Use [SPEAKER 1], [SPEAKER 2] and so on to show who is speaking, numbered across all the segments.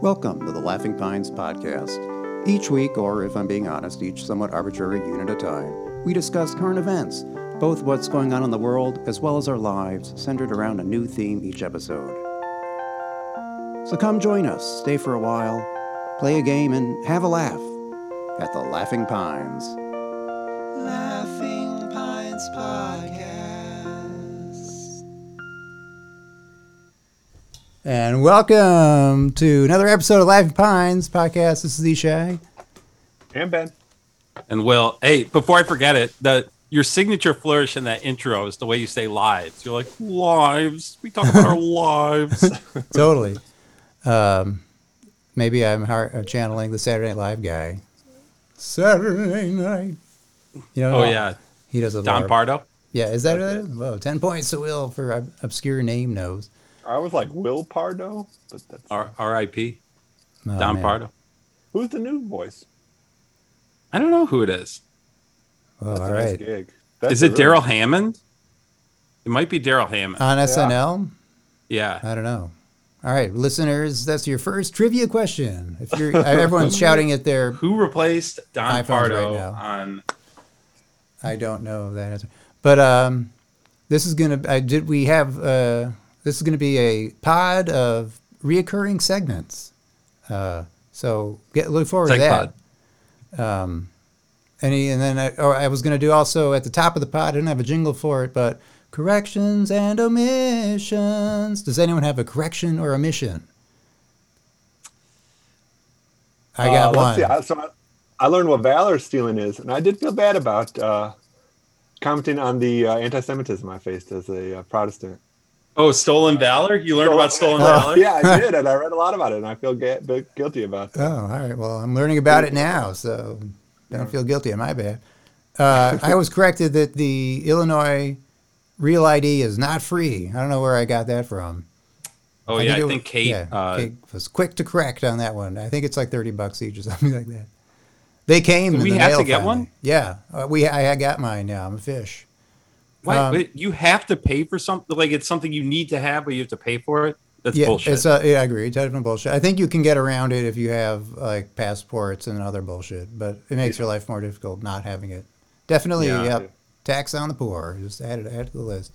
[SPEAKER 1] Welcome to the Laughing Pines podcast. Each week, or if I'm being honest, each somewhat arbitrary unit at a time, we discuss current events, both what's going on in the world as well as our lives, centered around a new theme each episode. So come join us, stay for a while, play a game, and have a laugh at the Laughing Pines.
[SPEAKER 2] Laughing Pines Podcast.
[SPEAKER 1] And welcome to another episode of Laughing Pines podcast. This is Ishai.
[SPEAKER 3] And Ben.
[SPEAKER 4] And Will, hey, before I forget it, the your signature flourish in that intro is the way you say lives. You're like, lives. We talk about our lives.
[SPEAKER 1] totally. Um, maybe I'm har- uh, channeling the Saturday Night Live guy. Saturday night. You know,
[SPEAKER 4] Oh yeah.
[SPEAKER 1] He does a
[SPEAKER 4] Don
[SPEAKER 1] lot.
[SPEAKER 4] Pardo.
[SPEAKER 1] Yeah, is that it? Whoa, 10 points to Will for ob- obscure name knows.
[SPEAKER 3] I was like Will Pardo, but that's
[SPEAKER 4] R- R.I.P.
[SPEAKER 1] Oh,
[SPEAKER 4] Don
[SPEAKER 1] man.
[SPEAKER 4] Pardo.
[SPEAKER 3] who's the new voice?
[SPEAKER 4] I don't know who it is.
[SPEAKER 1] Oh, all
[SPEAKER 3] That's a nice
[SPEAKER 1] right.
[SPEAKER 3] gig. That's
[SPEAKER 4] is
[SPEAKER 3] a
[SPEAKER 4] it
[SPEAKER 3] really-
[SPEAKER 4] Daryl Hammond? It might be Daryl Hammond.
[SPEAKER 1] On SNL?
[SPEAKER 4] yeah.
[SPEAKER 1] I don't know. All right, listeners, that's your first trivia question. If you're everyone's shouting at their
[SPEAKER 4] Who replaced Don
[SPEAKER 1] iPhones
[SPEAKER 4] Pardo
[SPEAKER 1] right now.
[SPEAKER 4] on
[SPEAKER 1] I don't know that answer. But um, this is gonna. I did. We have. Uh, this is gonna be a pod of reoccurring segments. Uh, so get look forward to that. Um,
[SPEAKER 4] SegPod?
[SPEAKER 1] Any and then I, or I was gonna do also at the top of the pod. I didn't have a jingle for it, but corrections and omissions. Does anyone have a correction or omission? I
[SPEAKER 3] Uh,
[SPEAKER 1] got
[SPEAKER 3] let's
[SPEAKER 1] one.
[SPEAKER 3] see. I, so I, I learned what valor stealing is, and I did feel bad about uh, commenting on the uh, anti-Semitism I faced as a uh, Protestant. Uh,
[SPEAKER 4] Oh, Stolen Valor? You learned about Stolen Valor?
[SPEAKER 3] yeah, I did, and I read a lot about it, and I feel ga- bu- guilty about that.
[SPEAKER 1] Oh, all right. Well, I'm learning about it now, so don't feel guilty. My bad. Uh, I was corrected that the Illinois Real ID is not free. I don't know where I got that from.
[SPEAKER 4] Oh yeah, I
[SPEAKER 1] it
[SPEAKER 4] think
[SPEAKER 1] was-
[SPEAKER 4] Kate
[SPEAKER 1] yeah,
[SPEAKER 4] uh,
[SPEAKER 1] Kate was quick to correct on that one. I think it's like thirty bucks each or something like that. They came.
[SPEAKER 4] Did
[SPEAKER 1] in
[SPEAKER 4] we
[SPEAKER 1] the
[SPEAKER 4] have to
[SPEAKER 1] mail
[SPEAKER 4] get
[SPEAKER 1] finally.
[SPEAKER 4] one?
[SPEAKER 1] Yeah, uh, we. I, I got mine now. I'm a fish.
[SPEAKER 4] Wait,
[SPEAKER 1] Um,
[SPEAKER 4] wait, you have to pay for something. Like it's something you need to have, but you have to pay for it. That's
[SPEAKER 1] yeah,
[SPEAKER 4] bullshit.
[SPEAKER 1] It's, uh, yeah, I agree. It's definitely bullshit. I think you can get around it if you have like passports and other bullshit, but it makes your life more difficult not having it. Definitely,
[SPEAKER 4] Yeah.
[SPEAKER 1] yep. Tax on the poor. Just add it add it to the list.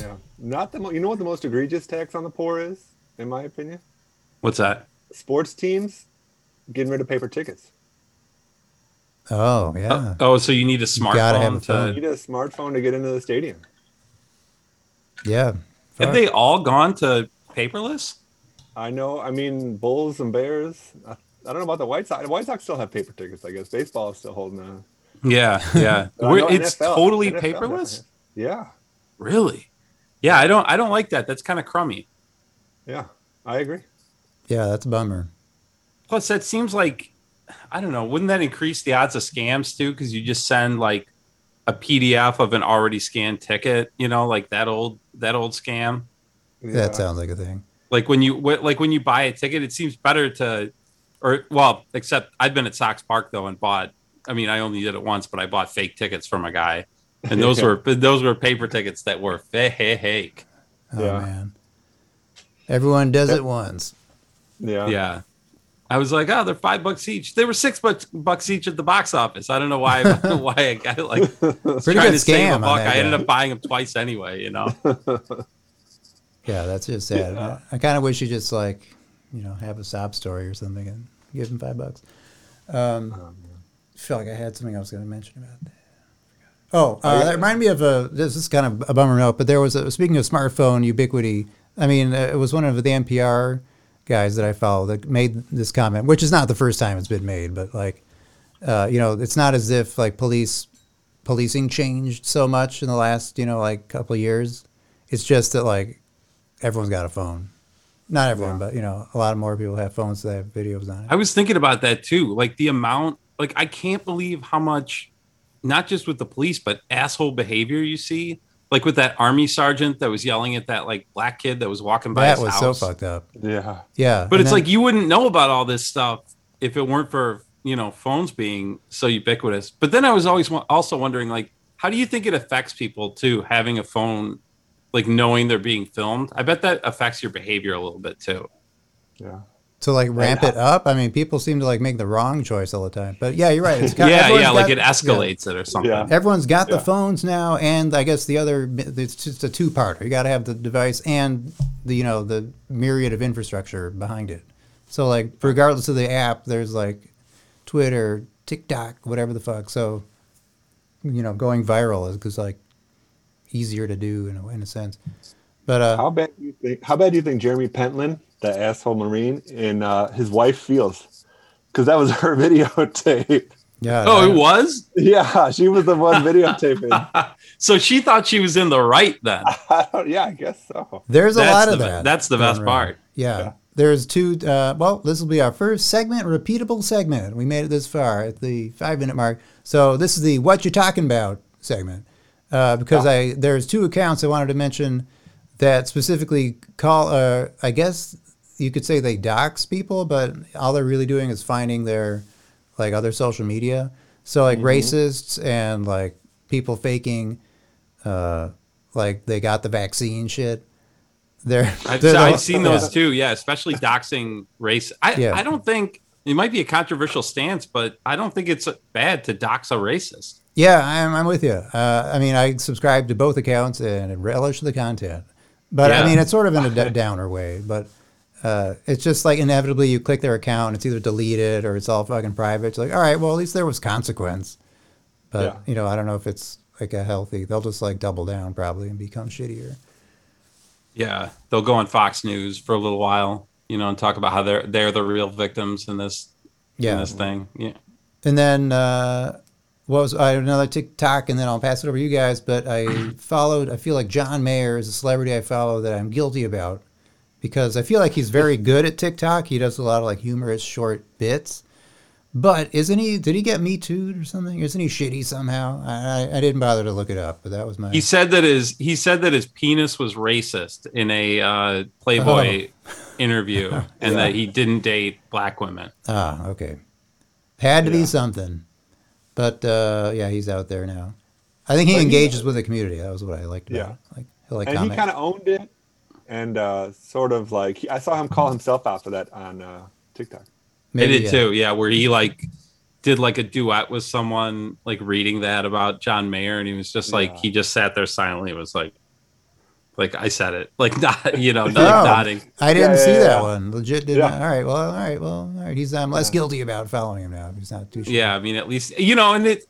[SPEAKER 3] Yeah, not the. Mo- you know what the most egregious tax on the poor is, in my opinion?
[SPEAKER 4] What's that?
[SPEAKER 3] Sports teams getting rid of paper tickets.
[SPEAKER 1] Oh yeah.
[SPEAKER 4] Uh, oh, so you need a smartphone
[SPEAKER 1] gotta have a
[SPEAKER 4] to.
[SPEAKER 3] You need a smartphone to get into the stadium.
[SPEAKER 1] yeah.
[SPEAKER 4] Have
[SPEAKER 1] Fuck.
[SPEAKER 4] they all gone to paperless?
[SPEAKER 3] I know. I mean, Bulls and Bears. I, I don't know about the White Sox. The White Sox still have paper tickets, I guess. Baseball is still holding on.
[SPEAKER 4] Yeah, yeah.
[SPEAKER 3] But I know
[SPEAKER 4] We're- it's
[SPEAKER 3] NFL
[SPEAKER 4] totally
[SPEAKER 3] NFL definitely
[SPEAKER 4] paperless.
[SPEAKER 3] has- Yeah,
[SPEAKER 4] Really? Yeah, I don't. I don't like that. That's kind of crummy.
[SPEAKER 3] yeah, I agree.
[SPEAKER 1] Yeah, that's a bummer.
[SPEAKER 4] Plus, that seems like I don't know. Wouldn't that increase the odds of scams too? Because you just send like a PDF of an already scanned ticket. You know, like that old that old scam.
[SPEAKER 3] Yeah.
[SPEAKER 1] That sounds like a thing.
[SPEAKER 4] like when you wh- like when you buy a ticket it seems better to or well except i've been at sox park though and bought i mean i only did it once but i bought fake tickets from a guy and those were but those were paper tickets that were fake
[SPEAKER 1] Oh
[SPEAKER 3] Yeah.
[SPEAKER 1] man. Everyone does it once.
[SPEAKER 3] yeah,
[SPEAKER 4] yeah i was like oh they're five bucks each they were six bucks, bucks each at the box office i don't know why why i got it like was
[SPEAKER 1] Pretty
[SPEAKER 4] trying
[SPEAKER 1] good
[SPEAKER 4] to
[SPEAKER 1] scam
[SPEAKER 4] save a
[SPEAKER 1] on
[SPEAKER 4] buck
[SPEAKER 1] that
[SPEAKER 4] i ended
[SPEAKER 1] guy.
[SPEAKER 4] up buying them twice anyway you know
[SPEAKER 1] Yeah, that's just sad. I, kind of wish you just like, you know, have a sob story or something and give him five bucks. Um, feel like I had something I was going to mention about that. Oh, uh, that reminded me of a. This is kind of a bummer note, but there was a, speaking of smartphone ubiquity. I mean, uh, it was one of the NPR guys that I follow that made this comment, which is not the first time it's been made, but like, uh, you know, it's not as if like police policing changed so much in the last you know like couple of years. It's just that like everyone's got a phone. Not everyone, but you know, a lot more people have phones that have videos on it.
[SPEAKER 4] I was thinking about that too. Like the amount, like I can't believe how much, not just with the police, but asshole behavior you see. Like with that army sergeant that was yelling at that like black kid that was walking by.
[SPEAKER 1] That
[SPEAKER 4] his
[SPEAKER 1] was so
[SPEAKER 4] house.
[SPEAKER 1] fucked up.
[SPEAKER 3] yeah.
[SPEAKER 1] Yeah,
[SPEAKER 4] But
[SPEAKER 1] and
[SPEAKER 4] it's
[SPEAKER 1] then-
[SPEAKER 4] like you wouldn't know about all this stuff if it weren't for you know phones being so ubiquitous. But then I was always wa- also wondering like, how do you think it affects people too having a phone, like knowing they're being filmed? I bet that affects your behavior a little bit too.
[SPEAKER 3] yeah.
[SPEAKER 1] to like ramp it up. I mean, people seem to like make the wrong choice all the time. But yeah, you're right. It's kind
[SPEAKER 4] yeah, yeah,
[SPEAKER 1] everyone's
[SPEAKER 4] like
[SPEAKER 1] got-
[SPEAKER 4] it escalates it or something.
[SPEAKER 3] Yeah.
[SPEAKER 1] Everyone's got the
[SPEAKER 3] Yeah.
[SPEAKER 1] phones now, and I guess the other it's just a two-parter. You got to have the device and the you know the myriad of infrastructure behind it. So like regardless of the app, there's like Twitter, TikTok, whatever the fuck. So you know, going viral is because like easier to do in a, in a sense. But uh,
[SPEAKER 3] How bad do you think? How bad do you think Jeremy Pentland, the asshole Marine, and uh, his wife feels? Because that was her videotape.
[SPEAKER 1] yeah, I
[SPEAKER 4] Oh, it
[SPEAKER 1] don't-
[SPEAKER 4] was.
[SPEAKER 3] yeah, she was the one videotaping.
[SPEAKER 4] So she thought she was in the right then.
[SPEAKER 3] I don't, yeah, I guess so.
[SPEAKER 1] There's a
[SPEAKER 4] That's
[SPEAKER 1] lot
[SPEAKER 4] the
[SPEAKER 1] of
[SPEAKER 4] be-
[SPEAKER 1] that.
[SPEAKER 4] that's the
[SPEAKER 1] going
[SPEAKER 4] best
[SPEAKER 1] around.
[SPEAKER 4] part.
[SPEAKER 1] Yeah. There's two. Uh, well, this will be our first segment, repeatable segment. We made it this far at the five minute mark. So this is the "What You Talking About" segment uh, because I there's two accounts I wanted to mention that specifically call. Uh, I guess you could say they dox people, but all they're really doing is finding their like other social media. So like
[SPEAKER 4] Mm-hmm.
[SPEAKER 1] racists and like people faking, uh, like they got the vaccine shit. They're,
[SPEAKER 4] I've,
[SPEAKER 1] they're the-
[SPEAKER 4] I've seen those
[SPEAKER 1] yeah.
[SPEAKER 4] too. Yeah, especially doxing race. I,
[SPEAKER 1] Yeah.
[SPEAKER 4] I don't think it might be a controversial stance, but I don't think it's bad to dox a racist.
[SPEAKER 1] Yeah, I'm, I'm with you. Uh, I mean, I subscribe to both accounts and relish the content, but I
[SPEAKER 4] Yeah.
[SPEAKER 1] mean, it's sort of in a d- downer way. But uh, it's just like inevitably you click their account, and it's either deleted or it's all fucking private. It's like, all right, well, at least there was consequence. But
[SPEAKER 3] Yeah.
[SPEAKER 1] you know, I don't know if it's like a healthy. They'll just like double down probably and become shittier.
[SPEAKER 4] Yeah, they'll go on Fox News for a little while, you know, and talk about how they're they're the real victims in this in
[SPEAKER 1] Yeah,
[SPEAKER 4] this thing. Yeah.
[SPEAKER 1] And then uh, what was I another TikTok, and then I'll pass it over to you guys. But I followed. I feel like John Mayer is a celebrity I follow that I'm guilty about because I feel like he's very good at TikTok. He does a lot of like humorous short bits. But isn't he? Did he get me too or something? Isn't he shitty somehow? I, I, I didn't bother to look it up, but that was my.
[SPEAKER 4] He said that his he said that his penis was racist in a uh, Playboy
[SPEAKER 1] Oh.
[SPEAKER 4] interview, and that he didn't date black women.
[SPEAKER 1] ah okay. Had to be
[SPEAKER 3] Yeah.
[SPEAKER 1] something, but uh, yeah, he's out there now. I think he
[SPEAKER 3] But he-
[SPEAKER 1] engages with the community. That was what I liked. About
[SPEAKER 3] Yeah.
[SPEAKER 1] it. like he'll like
[SPEAKER 3] and
[SPEAKER 1] comment.
[SPEAKER 3] he kind of owned it, and uh, sort of like I saw him call himself out for that on uh, TikTok.
[SPEAKER 4] They did
[SPEAKER 1] yeah.
[SPEAKER 4] too, yeah. Where he like did like a duet with someone, like reading that about John Mayer, and he was just like
[SPEAKER 3] Yeah.
[SPEAKER 4] he just sat there silently, and was like, like I said it, like not you know, like
[SPEAKER 1] Oh.
[SPEAKER 4] nodding.
[SPEAKER 1] I didn't
[SPEAKER 3] Yeah, yeah,
[SPEAKER 1] see that
[SPEAKER 3] yeah.
[SPEAKER 1] one. Legit did
[SPEAKER 3] Yeah.
[SPEAKER 1] not. All right. Well, all right. Well, all right. He's I'm less guilty about following him now. He's not too. shitty.
[SPEAKER 4] Yeah, I mean, at least you know, and it,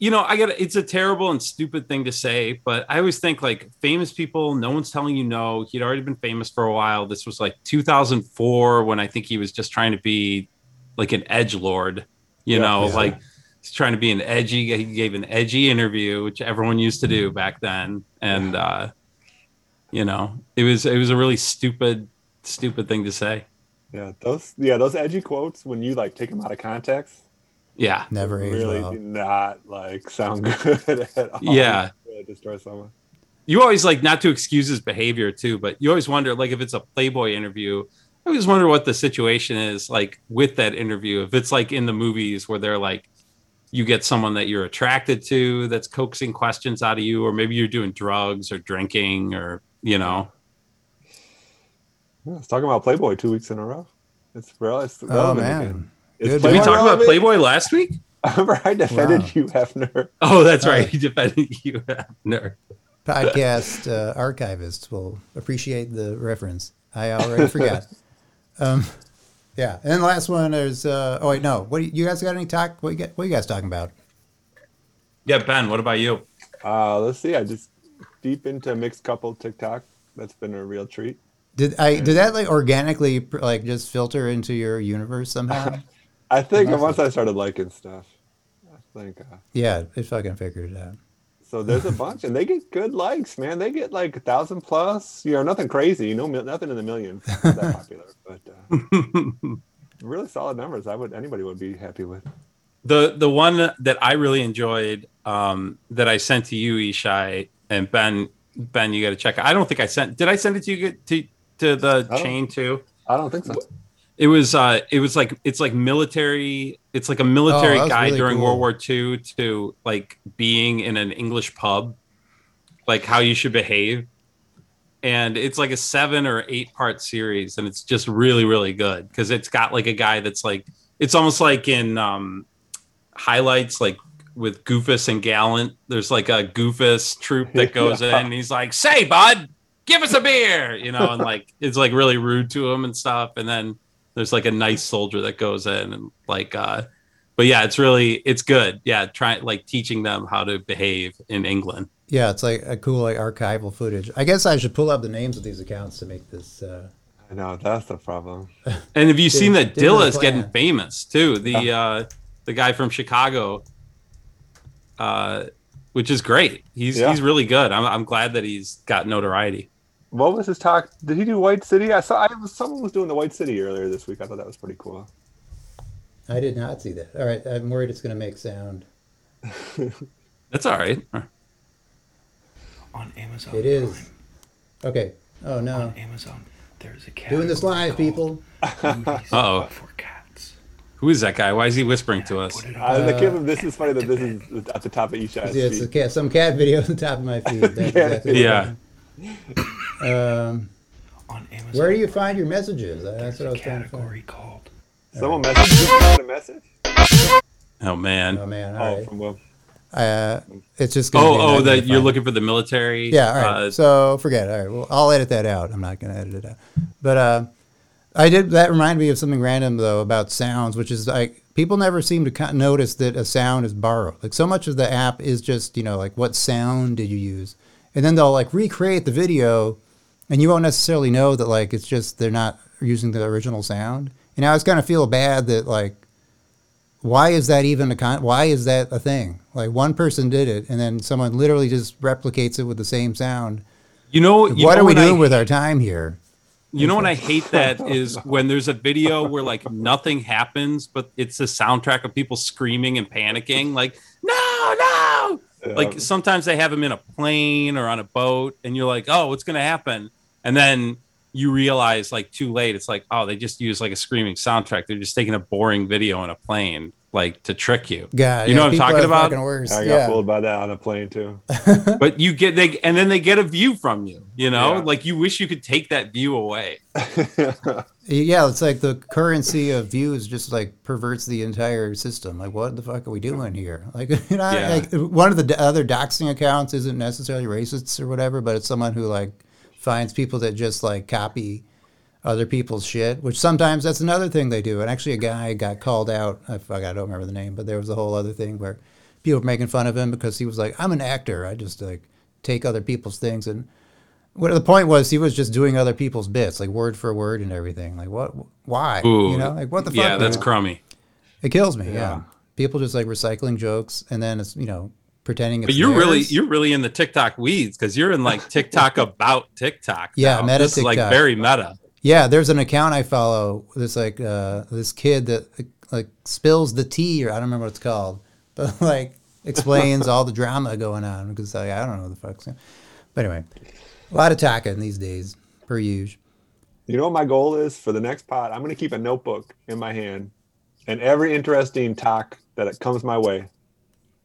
[SPEAKER 4] you know, I got to it's a terrible and stupid thing to say, but I always think like famous people, no one's telling you no. He'd already been famous for a while. This was like 2004 when I think he was just trying to be like an edge lord, you
[SPEAKER 3] Yeah,
[SPEAKER 4] know,
[SPEAKER 3] yeah.
[SPEAKER 4] like he's trying to be an edgy. He gave an edgy interview, which everyone used to
[SPEAKER 3] Mm-hmm.
[SPEAKER 4] do back then, and uh, you know, it was it was a really stupid, stupid thing to say.
[SPEAKER 3] Yeah, those yeah those edgy quotes when you like take them out of context
[SPEAKER 4] Yeah.
[SPEAKER 1] Never aged
[SPEAKER 3] really
[SPEAKER 1] well.
[SPEAKER 3] do not like sound good at all.
[SPEAKER 4] Yeah.
[SPEAKER 3] Really destroy someone.
[SPEAKER 4] you always like not to excuse his behavior too, but you always wonder like if it's a Playboy interview. I always wonder what the situation is like with that interview. If it's like in the movies where they're like, you get someone that you're attracted to that's coaxing questions out of you, or maybe you're doing drugs or drinking or you know.
[SPEAKER 3] Yeah, I was talking about Playboy two weeks in a row. It's real. It's
[SPEAKER 1] Oh
[SPEAKER 3] relevant again.
[SPEAKER 1] man.
[SPEAKER 3] Is
[SPEAKER 1] Good one.
[SPEAKER 4] Did we
[SPEAKER 3] Playboy
[SPEAKER 4] talk about
[SPEAKER 3] relevant?
[SPEAKER 4] Playboy last week?
[SPEAKER 3] Remember, I defended
[SPEAKER 1] Wow.
[SPEAKER 3] you, Hefner.
[SPEAKER 4] Oh, that's
[SPEAKER 1] Uh,
[SPEAKER 4] right. He defended you. Nerd.
[SPEAKER 1] Podcast uh, archivists will appreciate the reference. I already forgot. Um, yeah. And then the last one is. Uh, oh wait, no. What do you, you guys got? Any talk? What you got, What you guys talking about?
[SPEAKER 4] Yeah, Ben. What about you?
[SPEAKER 3] Uh, let's see. I just deep into mixed couple TikTok. That's been a real treat.
[SPEAKER 1] Did I did that like organically pr- like just filter into your universe somehow?
[SPEAKER 3] I think once I started liking stuff, I think. Uh,
[SPEAKER 1] yeah, it fucking figured it out.
[SPEAKER 3] so there's a bunch, and they get good likes, man. They get like a thousand plus. You know, nothing crazy. You know, mil- nothing in the millions. It's not that popular, but uh, really solid numbers. I would anybody would be happy with.
[SPEAKER 4] the the one that I really enjoyed um, that I sent to you, Ishai and Ben. Ben, you got to check. I don't think I sent. Did I send it to you to to the
[SPEAKER 3] don't-
[SPEAKER 4] chain too?
[SPEAKER 3] I don't think so.
[SPEAKER 4] It was uh, it was like it's like military. It's like a military
[SPEAKER 1] Oh, that's
[SPEAKER 4] guy
[SPEAKER 1] really
[SPEAKER 4] during
[SPEAKER 1] cool.
[SPEAKER 4] World War II to like being in an English pub, like how you should behave. and it's like a seven or eight part series and it's just really really good because it's got like a guy that's like it's almost like in um highlights like with goofus and gallant there's like a goofus troop that goes in and he's like say bud give us a beer you know and like it's like really rude to him and stuff and then there's like a nice soldier that goes in and like uh but yeah it's really it's good yeah try like teaching them how to behave in england
[SPEAKER 1] Yeah, it's like a cool like archival footage. I guess I should pull up the names of these accounts to make this. Uh,
[SPEAKER 3] I know that's the problem.
[SPEAKER 4] And have you seen that
[SPEAKER 1] didn't really
[SPEAKER 4] Dilla's getting
[SPEAKER 1] plan.
[SPEAKER 4] famous too? The uh, the guy from Chicago, uh, which is great. He's
[SPEAKER 3] Yeah.
[SPEAKER 4] he's really good. I'm I'm glad that he's got notoriety.
[SPEAKER 3] What was his talk? Did he do White City? I saw I was, someone was doing the White City earlier this week. I thought that was pretty cool.
[SPEAKER 1] I did not see that. All right, I'm worried it's going to make sound.
[SPEAKER 4] That's all right.
[SPEAKER 2] on Amazon.
[SPEAKER 1] It is. Okay. Oh no,
[SPEAKER 2] Prime. Amazon. There's a cat.
[SPEAKER 1] doing this live, people.
[SPEAKER 4] Uh-oh.
[SPEAKER 2] For cats.
[SPEAKER 4] Who is that guy? Why is he whispering to us?
[SPEAKER 2] Put it on.
[SPEAKER 3] I, I can't believe this is funny that this is at the top of each guy's
[SPEAKER 1] Uh, Yeah, it's a
[SPEAKER 3] feed.
[SPEAKER 1] cat, some cat video on the top of my feed. That's
[SPEAKER 3] Yeah.
[SPEAKER 1] exactly what
[SPEAKER 4] Yeah,
[SPEAKER 1] Um,
[SPEAKER 2] on Amazon.
[SPEAKER 1] where do you find your messages? Uh, That's what I was trying to find.
[SPEAKER 2] Category called.
[SPEAKER 3] Someone messaged a message.
[SPEAKER 4] Oh
[SPEAKER 1] Oh
[SPEAKER 4] man.
[SPEAKER 1] man, all
[SPEAKER 3] Oh,
[SPEAKER 1] right.
[SPEAKER 3] from Will.
[SPEAKER 1] Uh, it's just. gonna be a
[SPEAKER 4] Oh oh,
[SPEAKER 1] nightmare
[SPEAKER 4] that
[SPEAKER 1] to
[SPEAKER 4] you're
[SPEAKER 1] find.
[SPEAKER 4] looking for the military.
[SPEAKER 1] Yeah, all right.
[SPEAKER 4] Uh,
[SPEAKER 1] so forget it. All right, well, I'll edit that out. I'm not going to edit it out. But uh, I did. That reminded me of something random though about sounds, which is like people never seem to co- notice that a sound is borrowed. Like so much of the app is just you know like what sound did you use, and then they'll like recreate the video, and you won't necessarily know that like it's just they're not using the original sound. And I was kind of feel bad that like. Why is that even a con? Why is that a thing? Like one person did it, and then someone literally just replicates it with the same sound,
[SPEAKER 4] you know you
[SPEAKER 1] what
[SPEAKER 4] know
[SPEAKER 1] are we
[SPEAKER 4] when I-
[SPEAKER 1] doing with our time here?
[SPEAKER 4] You know what I hate that is when there's a video where like nothing happens, but it's the soundtrack of people screaming and panicking, like no, no.
[SPEAKER 3] Yeah.
[SPEAKER 4] Like sometimes they have them in a plane or on a boat, and you're like, oh, what's gonna happen? And then you realize like too late, it's like, oh, they just use like a screaming soundtrack. They're just taking a boring video in a plane, like to trick you.
[SPEAKER 1] God,
[SPEAKER 4] You know what I'm
[SPEAKER 1] people
[SPEAKER 4] talking
[SPEAKER 1] are
[SPEAKER 4] about?
[SPEAKER 1] fucking Worse.
[SPEAKER 3] I got
[SPEAKER 1] yeah.
[SPEAKER 3] fooled by that on a plane too.
[SPEAKER 4] But you get they and then they get a view from you, you know?
[SPEAKER 3] Yeah.
[SPEAKER 4] Like you wish you could take that view away.
[SPEAKER 1] yeah, it's like the currency of views just like perverts the entire system. Like, what the fuck are we doing here? Like, you know,
[SPEAKER 4] Yeah.
[SPEAKER 1] like one of the d- other doxing accounts isn't necessarily racist or whatever, but it's someone who like finds people that just like copy other people's shit, which sometimes that's another thing they do. And actually, a guy got called out. I, fuck, I don't remember the name, but there was a whole other thing where people were making fun of him because he was like, "I'm an actor. I just like take other people's things." And what the point was, he was just doing other people's bits, like word for word and everything. Like what? Why?
[SPEAKER 4] Ooh.
[SPEAKER 1] You know, like what the fuck?
[SPEAKER 4] Yeah, that's
[SPEAKER 1] man?
[SPEAKER 4] crummy.
[SPEAKER 1] it kills me. Yeah. people just like recycling jokes and then it's you know pretending. It's
[SPEAKER 4] But you're really
[SPEAKER 1] theirs.
[SPEAKER 4] you're really in the TikTok weeds because you're in like TikTok about TikTok.
[SPEAKER 1] Yeah,
[SPEAKER 4] now.
[SPEAKER 1] meta
[SPEAKER 4] This is like
[SPEAKER 1] TikTok.
[SPEAKER 4] very meta.
[SPEAKER 1] Yeah, there's an account I follow. This like uh, this kid that like spills the tea, or I don't remember what it's called, but like explains all the drama going on because like, I don't know what the fuck's. Going But anyway, a lot of talking these days, per usual.
[SPEAKER 3] You know what my goal is for the next pod? I'm going to keep a notebook in my hand, and every interesting talk that comes my way,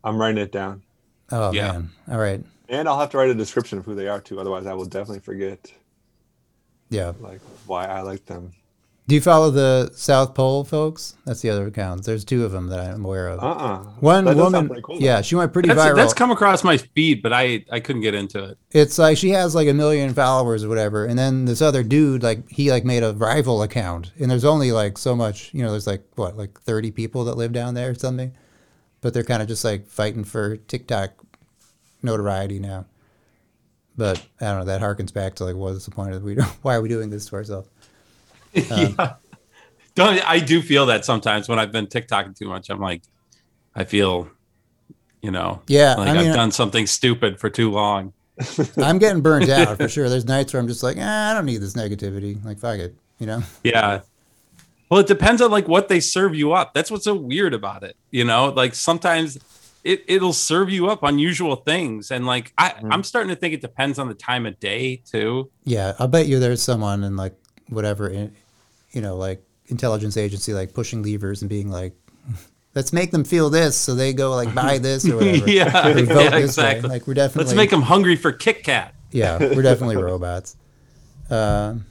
[SPEAKER 3] I'm writing it down.
[SPEAKER 1] Oh
[SPEAKER 4] Yeah.
[SPEAKER 1] man! All right,
[SPEAKER 3] And I'll have to write a description of who they are too, otherwise I will definitely forget
[SPEAKER 1] yeah.
[SPEAKER 3] like why I like them.
[SPEAKER 1] Do you follow the South Pole folks? That's the other account. There's two of them that I'm aware of.
[SPEAKER 3] Uh-uh.
[SPEAKER 1] One
[SPEAKER 3] That does sound
[SPEAKER 1] woman,
[SPEAKER 3] pretty cool, though.
[SPEAKER 1] yeah, she went pretty
[SPEAKER 4] That's,
[SPEAKER 1] viral.
[SPEAKER 4] that's come across my feed, but I I couldn't get into it.
[SPEAKER 1] it's like she has like a million followers or whatever and then this other dude like he like made a rival account and there's only like so much you know there's like what like 30 people that live down there or something but they're kind of just like fighting for tiktok notoriety now but i don't know that harkens back to like what's the point of we why are we doing this to ourselves
[SPEAKER 4] yeah. Don't I do feel that sometimes when I've been TikToking too much. I'm like, I feel, you know,
[SPEAKER 1] Yeah,
[SPEAKER 4] like
[SPEAKER 1] I mean,
[SPEAKER 4] I've done something stupid for too long.
[SPEAKER 1] i'm getting burnt out for sure there's nights where i'm just like ah, i don't need this negativity like fuck it you know
[SPEAKER 4] Yeah. Well, it depends on like what they serve you up. That's what's so weird about it. You know, like sometimes it, it'll serve you up unusual things. And like I,
[SPEAKER 1] Mm-hmm.
[SPEAKER 4] I'm starting to think it depends on the time of day too.
[SPEAKER 1] Yeah, I'll bet you there's someone in like whatever, in, you know, like intelligence agency, like pushing levers and being like, let's make them feel this so they go like buy this or whatever.
[SPEAKER 4] yeah,
[SPEAKER 1] They vote
[SPEAKER 4] yeah
[SPEAKER 1] this way.
[SPEAKER 4] exactly.
[SPEAKER 1] Like we're definitely,
[SPEAKER 4] Let's make them hungry for Kit Kat.
[SPEAKER 1] yeah, we're definitely robots. Um,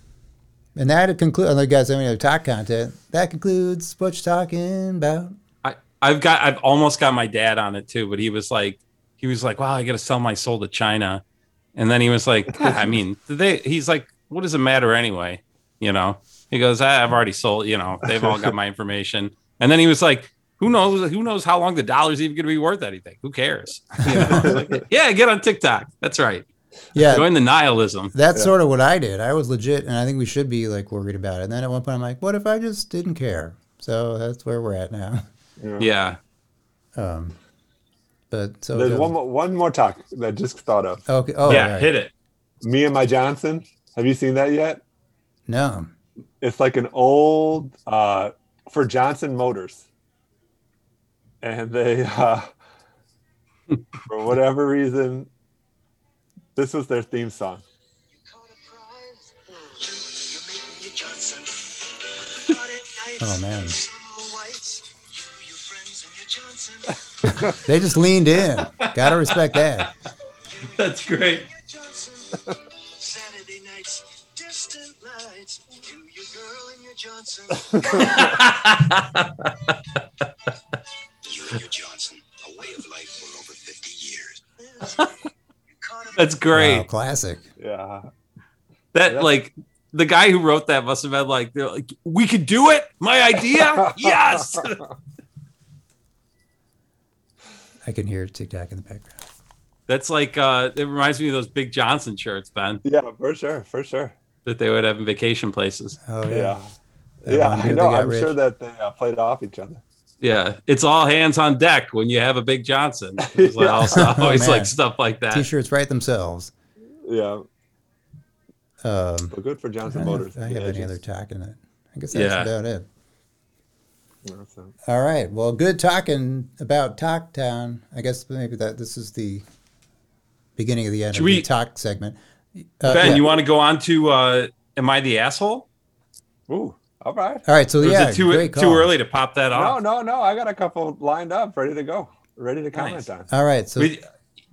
[SPEAKER 1] and that concludes, unless you guys have any other talk content, that concludes what you're talking about.
[SPEAKER 4] I, I've got I've almost got my dad on it too, but he was like he was like, Wow, I gotta sell my soul to China. And then he was like, I mean, they he's like, What does it matter anyway? You know? He goes, "Ah, I've already sold, you know, they've all got my information. And then he was like, Who knows who knows how long the dollar's even gonna be worth anything? Who cares? You know? I was like, yeah, get on TikTok. That's right.
[SPEAKER 1] Yeah.
[SPEAKER 4] Join the nihilism.
[SPEAKER 1] That's
[SPEAKER 3] Yeah.
[SPEAKER 1] sort of what I did. I was legit, and I think we should be like worried about it. And then at one point, I'm like, what if I just didn't care? So that's where we're at now.
[SPEAKER 3] you know?
[SPEAKER 4] Yeah.
[SPEAKER 1] Um, but so
[SPEAKER 3] There's one more, one more talk that I just thought of.
[SPEAKER 1] Okay. Oh,
[SPEAKER 4] yeah,
[SPEAKER 1] yeah.
[SPEAKER 4] hit it.
[SPEAKER 3] Me and my Johnson. Have you seen that yet?
[SPEAKER 1] No.
[SPEAKER 3] It's like an old uh, for Johnson Motors, and they uh, for whatever reason, this was their theme song.
[SPEAKER 1] Oh man,
[SPEAKER 5] That's
[SPEAKER 1] they just leaned in. Gotta respect that.
[SPEAKER 4] That's great.
[SPEAKER 5] Saturday nights, distant lights. You, your girl, and your Johnson.
[SPEAKER 6] You and your Johnson, a way of life for over 50 years.
[SPEAKER 4] That's great.
[SPEAKER 1] Wow, classic.
[SPEAKER 3] Yeah,
[SPEAKER 4] That
[SPEAKER 3] Yeah.
[SPEAKER 4] like the guy who wrote that must have been like, they're like we could do it. My idea, yes.
[SPEAKER 1] I can hear TikTok in the background.
[SPEAKER 4] That's like uh, it reminds me of those Big Johnson shirts, Ben,
[SPEAKER 3] yeah, for sure, for sure.
[SPEAKER 4] that they would have in vacation places.
[SPEAKER 1] Oh yeah.
[SPEAKER 3] Yeah, yeah,
[SPEAKER 1] That one dude
[SPEAKER 3] I
[SPEAKER 1] that
[SPEAKER 3] know.
[SPEAKER 1] got
[SPEAKER 3] I'm
[SPEAKER 1] rich.
[SPEAKER 3] sure that they uh, played off each other.
[SPEAKER 4] Yeah, it's all hands on deck when you have a Big Johnson. It's like also
[SPEAKER 1] Oh,
[SPEAKER 4] always
[SPEAKER 1] man.
[SPEAKER 4] like stuff like that.
[SPEAKER 1] T-shirts write themselves.
[SPEAKER 3] Yeah,
[SPEAKER 1] Um,
[SPEAKER 3] but good for Johnson
[SPEAKER 1] I don't know
[SPEAKER 3] Motors.
[SPEAKER 1] if I have
[SPEAKER 3] Yeah,
[SPEAKER 1] any
[SPEAKER 3] just-
[SPEAKER 1] other talk in it. I guess that's
[SPEAKER 4] Yeah.
[SPEAKER 1] about it.
[SPEAKER 3] that's it.
[SPEAKER 1] All right. Well, good talking about Talk Town. I guess maybe that this is the beginning of the end
[SPEAKER 4] Should
[SPEAKER 1] of the
[SPEAKER 4] we-
[SPEAKER 1] talk segment. Uh,
[SPEAKER 4] Ben,
[SPEAKER 1] yeah.
[SPEAKER 4] you want to go on to uh, "Am I the Asshole"?
[SPEAKER 3] Ooh, all right.
[SPEAKER 1] All right. So
[SPEAKER 4] Or is
[SPEAKER 1] yeah,
[SPEAKER 4] it too
[SPEAKER 1] great
[SPEAKER 4] too
[SPEAKER 1] call.
[SPEAKER 4] early to pop that
[SPEAKER 3] No,
[SPEAKER 4] off?
[SPEAKER 3] no, no. I got a couple lined up, ready to go, ready to comment
[SPEAKER 4] Nice.
[SPEAKER 3] on.
[SPEAKER 1] All right. So
[SPEAKER 4] We-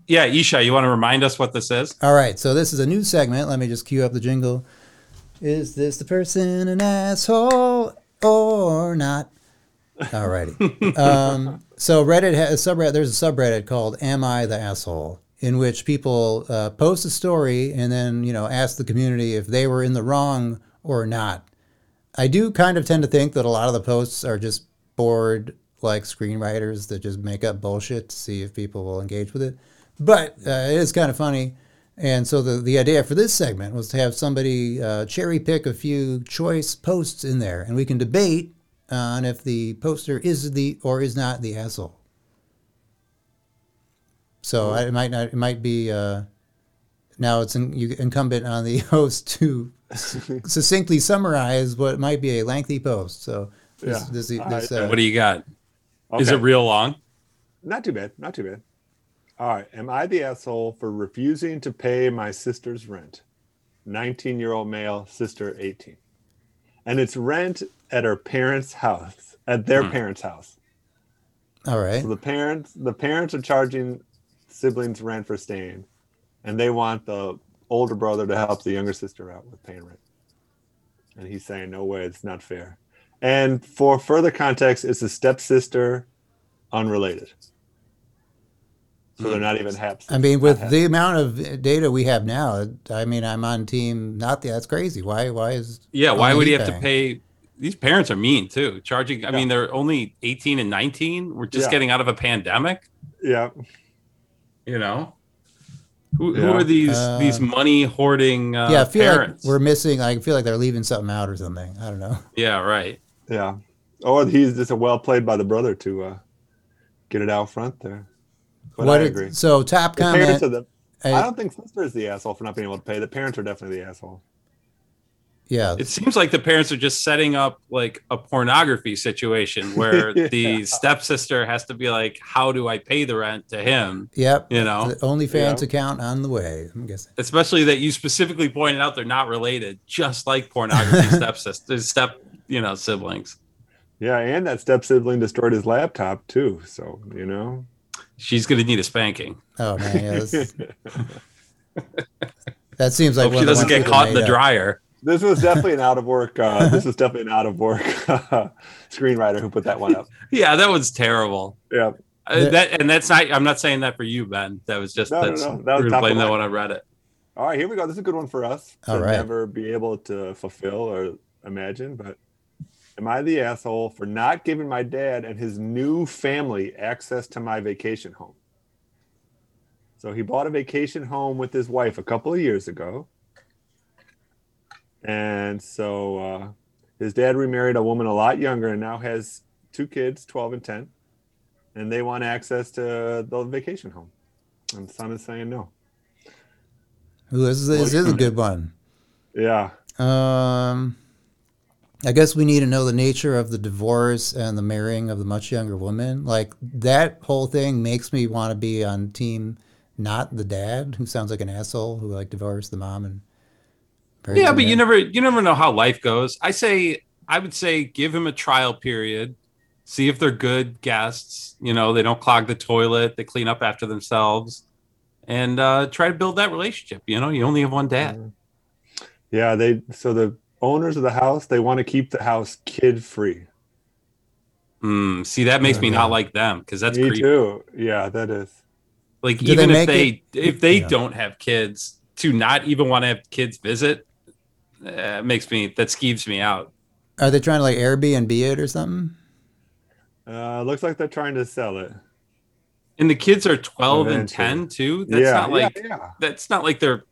[SPEAKER 4] yeah, Isha, you want to remind us what this is?
[SPEAKER 1] All right, so this is a new segment. Let me just cue up the jingle. Is this the person an asshole or not? All righty. um, so Reddit has a subreddit. There's a subreddit called "Am I the Asshole?" in which people uh, post a story and then you know ask the community if they were in the wrong or not. I do kind of tend to think that a lot of the posts are just bored, like screenwriters that just make up bullshit to see if people will engage with it. But uh, it is kind of funny. And so the, the idea for this segment was to have somebody uh, cherry pick a few choice posts in there, and we can debate on if the poster is the or is not the asshole. So I, it might not. It might be uh, now it's in, you, incumbent on the host to succinctly summarize what might be a lengthy post. So this,
[SPEAKER 3] Yeah.
[SPEAKER 1] this,
[SPEAKER 3] All
[SPEAKER 1] this,
[SPEAKER 3] right.
[SPEAKER 1] uh,
[SPEAKER 4] What do you got? Is
[SPEAKER 3] Okay.
[SPEAKER 4] it real long?
[SPEAKER 3] Not too bad. Not too bad. All right. Am I the asshole for refusing to pay my sister's rent? 19 year old male, sister 18. And it's rent at her parents' house, at their parents' house.
[SPEAKER 1] all right.
[SPEAKER 3] So the parents the parents are charging siblings rent for staying, and they want the older brother to help the younger sister out with paying rent. And he's saying, "No way, it's not fair." And for further context, it's a stepsister, unrelated. So they're not even haps.
[SPEAKER 1] I mean,
[SPEAKER 3] Uh-huh.
[SPEAKER 1] with the amount of data we have now, I mean, I'm on team. Not the, that's crazy. Why? Why is?
[SPEAKER 4] Yeah, why
[SPEAKER 1] only
[SPEAKER 4] would he
[SPEAKER 1] he
[SPEAKER 4] have to
[SPEAKER 1] paying?
[SPEAKER 4] pay? These parents are mean too. Charging, I
[SPEAKER 3] Yeah.
[SPEAKER 4] mean, they're only 18 and 19. We're just
[SPEAKER 3] Yeah.
[SPEAKER 4] getting out of a pandemic,
[SPEAKER 3] Yeah,
[SPEAKER 4] you know? Who, who
[SPEAKER 3] Yeah.
[SPEAKER 4] are these
[SPEAKER 1] Uh,
[SPEAKER 4] these money hoarding uh,
[SPEAKER 1] yeah, I feel
[SPEAKER 4] parents?
[SPEAKER 1] like we're missing. I feel like they're leaving something out or something. I don't know.
[SPEAKER 4] yeah, right.
[SPEAKER 3] yeah. Or he's just a well played by the brother to uh, get it out front there. But I
[SPEAKER 1] did-
[SPEAKER 3] agree.
[SPEAKER 1] So top
[SPEAKER 3] The parents
[SPEAKER 1] comment.
[SPEAKER 3] are the,
[SPEAKER 1] I-
[SPEAKER 3] I don't think sister is the asshole for not being able to pay. The parents are definitely the asshole.
[SPEAKER 1] yeah,
[SPEAKER 4] It seems like the parents are just setting up like a pornography situation where the stepsister has to be like, How do I pay the rent to him?
[SPEAKER 1] yep.
[SPEAKER 4] You know,
[SPEAKER 1] The OnlyFans
[SPEAKER 3] Yeah.
[SPEAKER 1] account on the way. I'm guessing.
[SPEAKER 4] especially that you specifically pointed out they're not related, just like pornography stepsisters, step, you know, siblings.
[SPEAKER 3] Yeah, and that step sibling destroyed his laptop too. So you know,
[SPEAKER 4] She's going to need a spanking.
[SPEAKER 1] Oh man, yeah, this, That seems like
[SPEAKER 4] Hope
[SPEAKER 1] one
[SPEAKER 4] she
[SPEAKER 1] of the
[SPEAKER 4] doesn't
[SPEAKER 1] ones
[SPEAKER 4] get
[SPEAKER 1] we
[SPEAKER 4] caught in
[SPEAKER 1] made
[SPEAKER 4] the
[SPEAKER 1] up.
[SPEAKER 4] dryer.
[SPEAKER 3] This was definitely an out of work. Uh, this is definitely an out of work screenwriter who put that one up.
[SPEAKER 4] Yeah, that was terrible.
[SPEAKER 3] Yeah,
[SPEAKER 4] Uh,
[SPEAKER 1] The-
[SPEAKER 4] that and that's not. I'm not saying that for you, Ben. That was just
[SPEAKER 3] No, no,
[SPEAKER 4] that's.
[SPEAKER 3] no, that was top
[SPEAKER 4] we're gonna
[SPEAKER 3] of
[SPEAKER 4] blame that
[SPEAKER 3] mind.
[SPEAKER 4] one on Reddit.
[SPEAKER 3] All right, here we go. This is a good one for us to
[SPEAKER 1] All right.
[SPEAKER 3] never be able to fulfill or imagine. But am I the asshole for not giving my dad and his new family access to my vacation home? So he bought a vacation home with his wife a couple of years ago. And so uh, his dad remarried a woman a lot younger and now has two kids, 12 and 10. And they want access to the vacation home. And son is saying no.
[SPEAKER 1] Ooh, this, is, this is a good one.
[SPEAKER 3] Yeah.
[SPEAKER 1] Um, I guess we need to know the nature of the divorce and the marrying of the much younger woman. Like that whole thing makes me want to be on team, not the dad who sounds like an asshole who like divorced the mom and. married
[SPEAKER 4] Yeah,
[SPEAKER 1] the
[SPEAKER 4] but you
[SPEAKER 1] dad.
[SPEAKER 4] never you never know how life goes. I say I would say give him a trial period, see if they're good guests. You know, they don't clog the toilet, they clean up after themselves, and uh, try to build that relationship. You know, you only have one dad.
[SPEAKER 3] Yeah, they so the owners of the house they want to keep the house kid free.
[SPEAKER 4] Mm, see, that makes me
[SPEAKER 1] Yeah.
[SPEAKER 4] not like them because that's
[SPEAKER 3] Me
[SPEAKER 4] creepy.
[SPEAKER 3] too. Yeah, that is.
[SPEAKER 4] Like
[SPEAKER 1] Do they
[SPEAKER 4] even
[SPEAKER 1] make
[SPEAKER 4] if they if they
[SPEAKER 1] Yeah.
[SPEAKER 4] don't have kids, to not even want to have kids visit uh, makes me that skeeves me out.
[SPEAKER 1] Are they trying to like Airbnb it or something?
[SPEAKER 3] Uh, looks like they're trying to sell it.
[SPEAKER 4] And the kids are twelve and
[SPEAKER 3] Eventually.
[SPEAKER 4] ten too. That's
[SPEAKER 3] yeah,
[SPEAKER 4] not
[SPEAKER 3] yeah,
[SPEAKER 4] like
[SPEAKER 3] yeah,
[SPEAKER 4] that's not like they're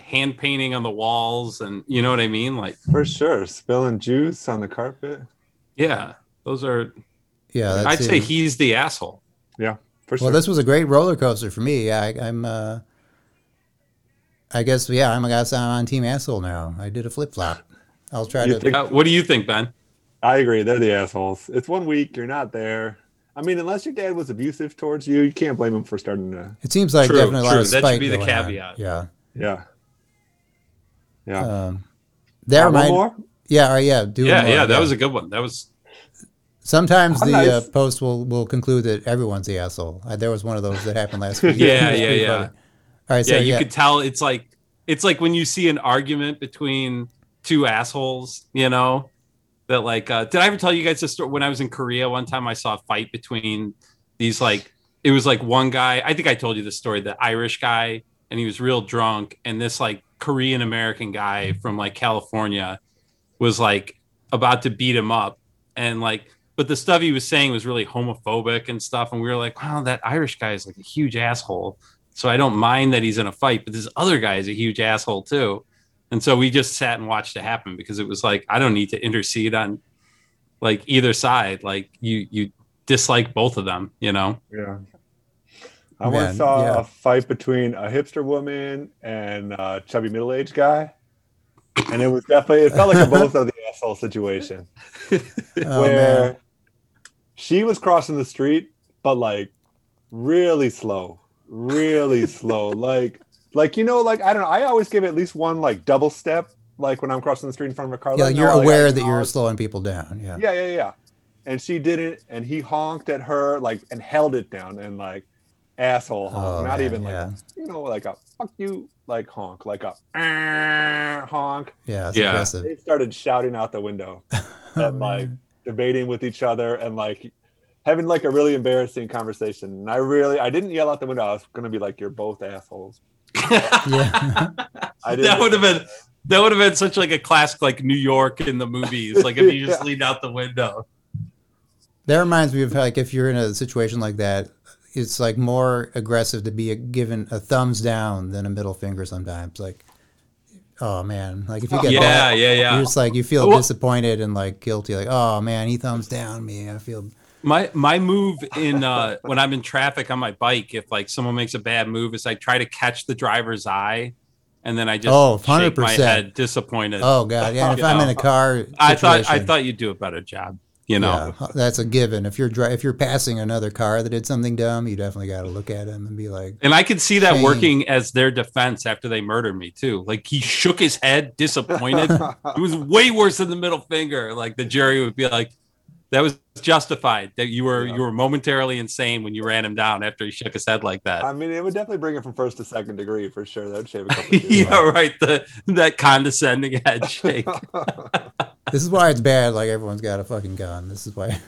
[SPEAKER 4] hand painting on the walls and you know what I mean? Like,
[SPEAKER 3] for sure. Spilling juice on the carpet.
[SPEAKER 4] yeah, those are
[SPEAKER 1] Yeah, that's
[SPEAKER 4] I'd say
[SPEAKER 1] it.
[SPEAKER 4] he's the asshole.
[SPEAKER 3] For
[SPEAKER 1] Well,
[SPEAKER 3] sure.
[SPEAKER 1] this was a great roller coaster for me. Yeah, I, I'm. Uh, I guess yeah, I'm a guy. I'm on team asshole now. I did a flip flop. I'll try
[SPEAKER 3] You
[SPEAKER 1] to.
[SPEAKER 3] think-
[SPEAKER 4] Uh, what do you think, Ben?
[SPEAKER 3] I agree. They're the assholes. It's one week. You're not there. I mean, unless your dad was abusive towards you, you can't blame him for starting to.
[SPEAKER 1] it seems like
[SPEAKER 4] True,
[SPEAKER 1] definitely a lot
[SPEAKER 4] true.
[SPEAKER 1] of
[SPEAKER 4] That should
[SPEAKER 1] spite.
[SPEAKER 4] be the
[SPEAKER 1] going on.
[SPEAKER 4] caveat.
[SPEAKER 1] Yeah.
[SPEAKER 3] Yeah. Yeah.
[SPEAKER 1] Um,
[SPEAKER 3] Uh,
[SPEAKER 1] that
[SPEAKER 3] one
[SPEAKER 1] remind.
[SPEAKER 3] more?
[SPEAKER 1] Yeah. All right, yeah. Do
[SPEAKER 4] Yeah,
[SPEAKER 1] one
[SPEAKER 4] yeah,
[SPEAKER 1] more,
[SPEAKER 4] that was a good one. That was
[SPEAKER 1] Sometimes
[SPEAKER 3] Oh,
[SPEAKER 1] the uh,
[SPEAKER 3] nice.
[SPEAKER 1] post will will conclude that everyone's the asshole. Uh, there was one of those that happened last week.
[SPEAKER 4] Yeah,
[SPEAKER 1] It was
[SPEAKER 4] yeah,
[SPEAKER 1] pretty
[SPEAKER 4] yeah.
[SPEAKER 1] funny. All right. So
[SPEAKER 4] yeah, you
[SPEAKER 1] yeah.
[SPEAKER 4] could tell it's like it's like when you see an argument between two assholes, you know. That like uh, did I ever tell you guys this story when I was in Korea one time I saw a fight between these like it was like one guy, I think I told you this story, the Irish guy and he was real drunk and this like korean american guy from like california was like about to beat him up and like but the stuff he was saying was really homophobic and stuff and we were like wow that irish guy is like a huge asshole so i don't mind that he's in a fight but this other guy is a huge asshole too and so we just sat and watched it happen because it was like i don't need to intercede on like either side like you you dislike both of them you know
[SPEAKER 3] Yeah. I once
[SPEAKER 1] Man,
[SPEAKER 3] saw
[SPEAKER 1] yeah.
[SPEAKER 3] a fight between a hipster woman and a chubby middle aged guy. And it was definitely, it felt like a both of the asshole situation
[SPEAKER 1] oh,
[SPEAKER 3] where
[SPEAKER 1] man.
[SPEAKER 3] she was crossing the street, but like really slow, really slow. Like, like, you know, like, I don't know. I always give at least one like double step, like when I'm crossing the street in front of a car.
[SPEAKER 1] Yeah,
[SPEAKER 3] like,
[SPEAKER 1] you're
[SPEAKER 3] no, like, I
[SPEAKER 1] aware that you're
[SPEAKER 3] acknowledge-
[SPEAKER 1] slowing people down. Yeah.
[SPEAKER 3] yeah, yeah, yeah. And she didn't, and he honked at her like and held it down and like asshole honk,
[SPEAKER 1] Oh,
[SPEAKER 3] not
[SPEAKER 1] man,
[SPEAKER 3] even like
[SPEAKER 1] yeah.
[SPEAKER 3] you know like a fuck you like honk, like a "Ah," honk.
[SPEAKER 1] Yeah. It's
[SPEAKER 4] Yeah.
[SPEAKER 1] aggressive.
[SPEAKER 3] They started shouting out the window
[SPEAKER 1] Oh,
[SPEAKER 3] and like debating with each other and like having like a really embarrassing conversation. And I really, I didn't yell out the window. I was gonna be like, "You're both assholes."
[SPEAKER 1] yeah.
[SPEAKER 3] I didn't.
[SPEAKER 4] that would have been that would have been such like a classic like New York in the movies. Like if you just leaned out the window.
[SPEAKER 1] That reminds me of like if you're in a situation like that, it's like more aggressive to be given a thumbs down than a middle finger sometimes. Like, oh man, like if you get
[SPEAKER 4] Yeah,
[SPEAKER 1] that,
[SPEAKER 4] yeah, yeah.
[SPEAKER 1] you're just like you feel
[SPEAKER 4] Well-
[SPEAKER 1] disappointed and like guilty. Like, oh man, he thumbs down me. I feel
[SPEAKER 4] My my move in uh when I'm in traffic on my bike, if like someone makes a bad move, is I try to catch the driver's eye and then I just
[SPEAKER 1] Oh,
[SPEAKER 4] shake my
[SPEAKER 1] 100%.
[SPEAKER 4] head disappointed.
[SPEAKER 1] oh god. Yeah, and if I'm in a car,
[SPEAKER 4] I thought I
[SPEAKER 1] situation,
[SPEAKER 4] thought you'd do a better job, you know.
[SPEAKER 1] yeah, that's a given. If you're dri- if you're passing another car that did something dumb, you definitely got to look at him and be like,
[SPEAKER 4] And I could see that
[SPEAKER 1] Shame.
[SPEAKER 4] working as their defense after they murdered me too. Like he shook his head, disappointed. it was way worse than the middle finger. Like the jury would be like, that was justified. That you were
[SPEAKER 3] Yeah.
[SPEAKER 4] you were momentarily insane when you ran him down after he shook his head like that.
[SPEAKER 3] I mean, it would definitely bring it from first to second degree for sure. That would shave a couple of years
[SPEAKER 4] yeah,
[SPEAKER 3] off.
[SPEAKER 4] right. The that condescending head shake.
[SPEAKER 1] This is why it's bad. Like everyone's got a fucking gun. This is why.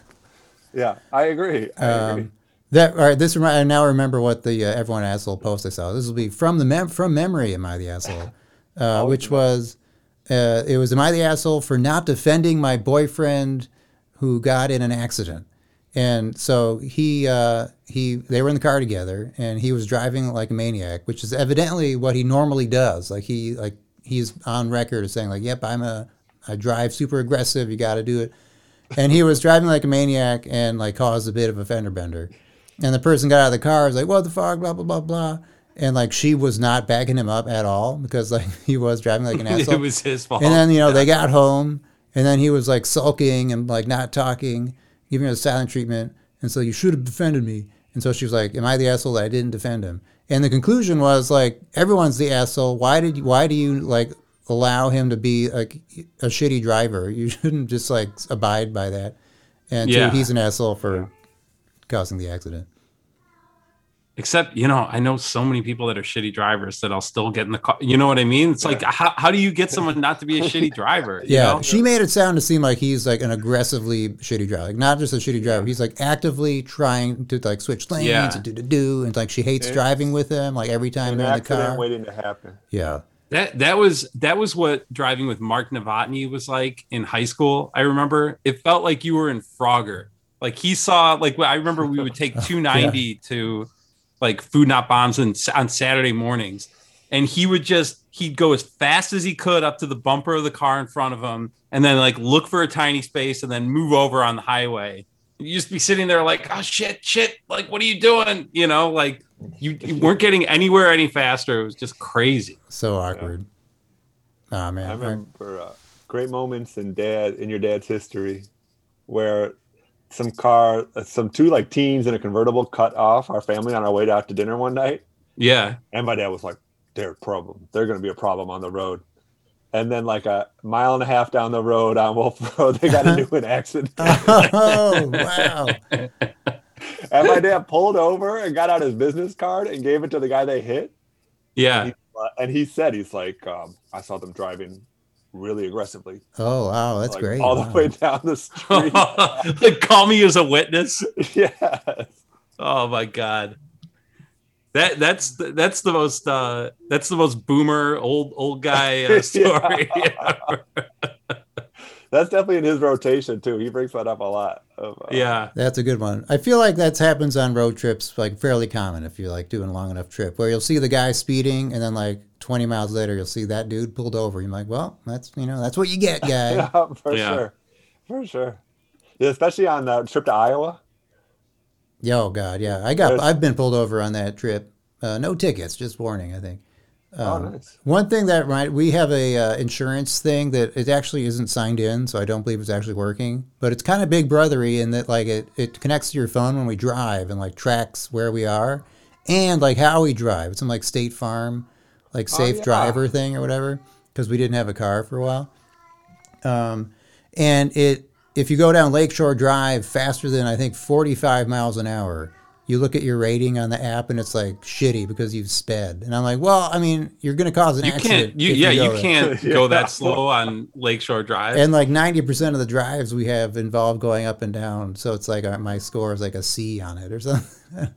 [SPEAKER 3] yeah, I agree. I agree.
[SPEAKER 1] Um, that all right. This remi- I now remember what the uh, everyone asshole post I saw. This will be from the mem- from memory. Am I the asshole? Uh, which was uh, it was am I the asshole for not defending my boyfriend who got in an accident? And so he uh, he they were in the car together, and he was driving like a maniac, which is evidently what he normally does. Like he like he's on record as saying like, "Yep, I'm a I drive super aggressive. You got to do it." and he was driving like a maniac and like caused a bit of a fender bender. And the person got out of the car was like, "What the fuck?" Blah blah blah blah. And like she was not backing him up at all because like he was driving like an asshole.
[SPEAKER 4] it was his fault.
[SPEAKER 1] and then you know they got home, and then he was like sulking and like not talking, giving her the silent treatment. And so you should have defended me. And so she was like, "Am I the asshole that I didn't defend him?" And the conclusion was like, "Everyone's the asshole. Why did you, why do you like allow him to be like a shitty driver? You shouldn't just like abide by that." And two,
[SPEAKER 4] Yeah.
[SPEAKER 1] he's an asshole for causing the accident.
[SPEAKER 4] Except, you know, I know so many people that are shitty drivers that I'll still get in the car. You know what I mean? It's like, how, how do you get someone not to be a shitty driver? you
[SPEAKER 1] Yeah,
[SPEAKER 4] know?
[SPEAKER 1] she made it sound to seem like he's like an aggressively shitty driver, like not just a shitty driver. He's like actively trying to like switch lanes
[SPEAKER 4] Yeah.
[SPEAKER 1] and do do do, and like she hates
[SPEAKER 3] Yeah.
[SPEAKER 1] driving with him. Like every time
[SPEAKER 3] An
[SPEAKER 1] they're in the car,
[SPEAKER 3] accident waiting to happen.
[SPEAKER 1] yeah,
[SPEAKER 4] That that was that was what driving with Mark Novotny was like in high school. I remember it felt like you were in Frogger. Like he saw like I remember we would take 290 to like Food Not Bombs and on Saturday mornings, and he would just he'd go as fast as he could up to the bumper of the car in front of him, and then like look for a tiny space and then move over on the highway. You just be sitting there like, oh shit, shit, like what are you doing? You know, like you, you weren't getting anywhere any faster. It was just crazy.
[SPEAKER 1] so awkward. Ah man,
[SPEAKER 3] I
[SPEAKER 1] All right.
[SPEAKER 3] remember uh, great moments in dad in your dad's history, where some car, uh, some two like teens in a convertible cut off our family on our way out to dinner one night,
[SPEAKER 4] Yeah.
[SPEAKER 3] and my dad was like, "They're a problem. They're going to be a problem on the road." And then like a mile and a half down the road on Wolf Road, they got into an accident,
[SPEAKER 1] oh wow,
[SPEAKER 3] and my dad pulled over and got out his business card and gave it to the guy they hit.
[SPEAKER 4] Yeah.
[SPEAKER 3] Uh, and he said, "He's like, um, I saw them driving." Really aggressively,
[SPEAKER 1] oh wow, that's
[SPEAKER 3] like,
[SPEAKER 1] great.
[SPEAKER 3] all
[SPEAKER 1] Wow.
[SPEAKER 3] the way down the street.
[SPEAKER 4] like call me as a witness.
[SPEAKER 3] yes.
[SPEAKER 4] Oh my god. That that's the, that's the most uh that's the most boomer old old guy uh, story. yeah.
[SPEAKER 3] That's definitely in his rotation too. He brings that up a lot. Of, uh,
[SPEAKER 1] That's a good one. I feel like that happens on road trips, like fairly common if you're like doing a long enough trip, where you'll see the guy speeding, and then like 20 miles later, you'll see that dude pulled over. You're like, well, that's you know, that's what you get, guy.
[SPEAKER 3] yeah, for
[SPEAKER 4] Yeah.
[SPEAKER 3] sure, for sure. Yeah, especially on the trip to Iowa.
[SPEAKER 1] Yo, God, yeah, I got,
[SPEAKER 3] There's-
[SPEAKER 1] I've been pulled over on that trip. Uh, no tickets, just warning, I think.
[SPEAKER 3] oh, nice.
[SPEAKER 1] One thing that right, we have a uh, insurance thing that it actually isn't signed in, so I don't believe it's actually working. But it's kind of big brothery in that like it, it connects to your phone when we drive and like tracks where we are, and like how we drive. It's some like State Farm, like safe
[SPEAKER 3] Oh, yeah.
[SPEAKER 1] driver thing or whatever, because we didn't have a car for a while. Um, and it if you go down Lakeshore Drive faster than I think 45 miles an hour, you look at your rating on the app and it's like shitty because you've sped. And I'm like, well, I mean, you're going to cause an
[SPEAKER 4] You
[SPEAKER 1] accident.
[SPEAKER 4] can't you
[SPEAKER 1] if
[SPEAKER 4] yeah,
[SPEAKER 1] go
[SPEAKER 4] you
[SPEAKER 1] there.
[SPEAKER 4] can't
[SPEAKER 3] Yeah.
[SPEAKER 4] go that slow on Lakeshore Drive.
[SPEAKER 1] And like 90% of the drives we have involve going up and down, so it's like uh, my score is like a C on it or something.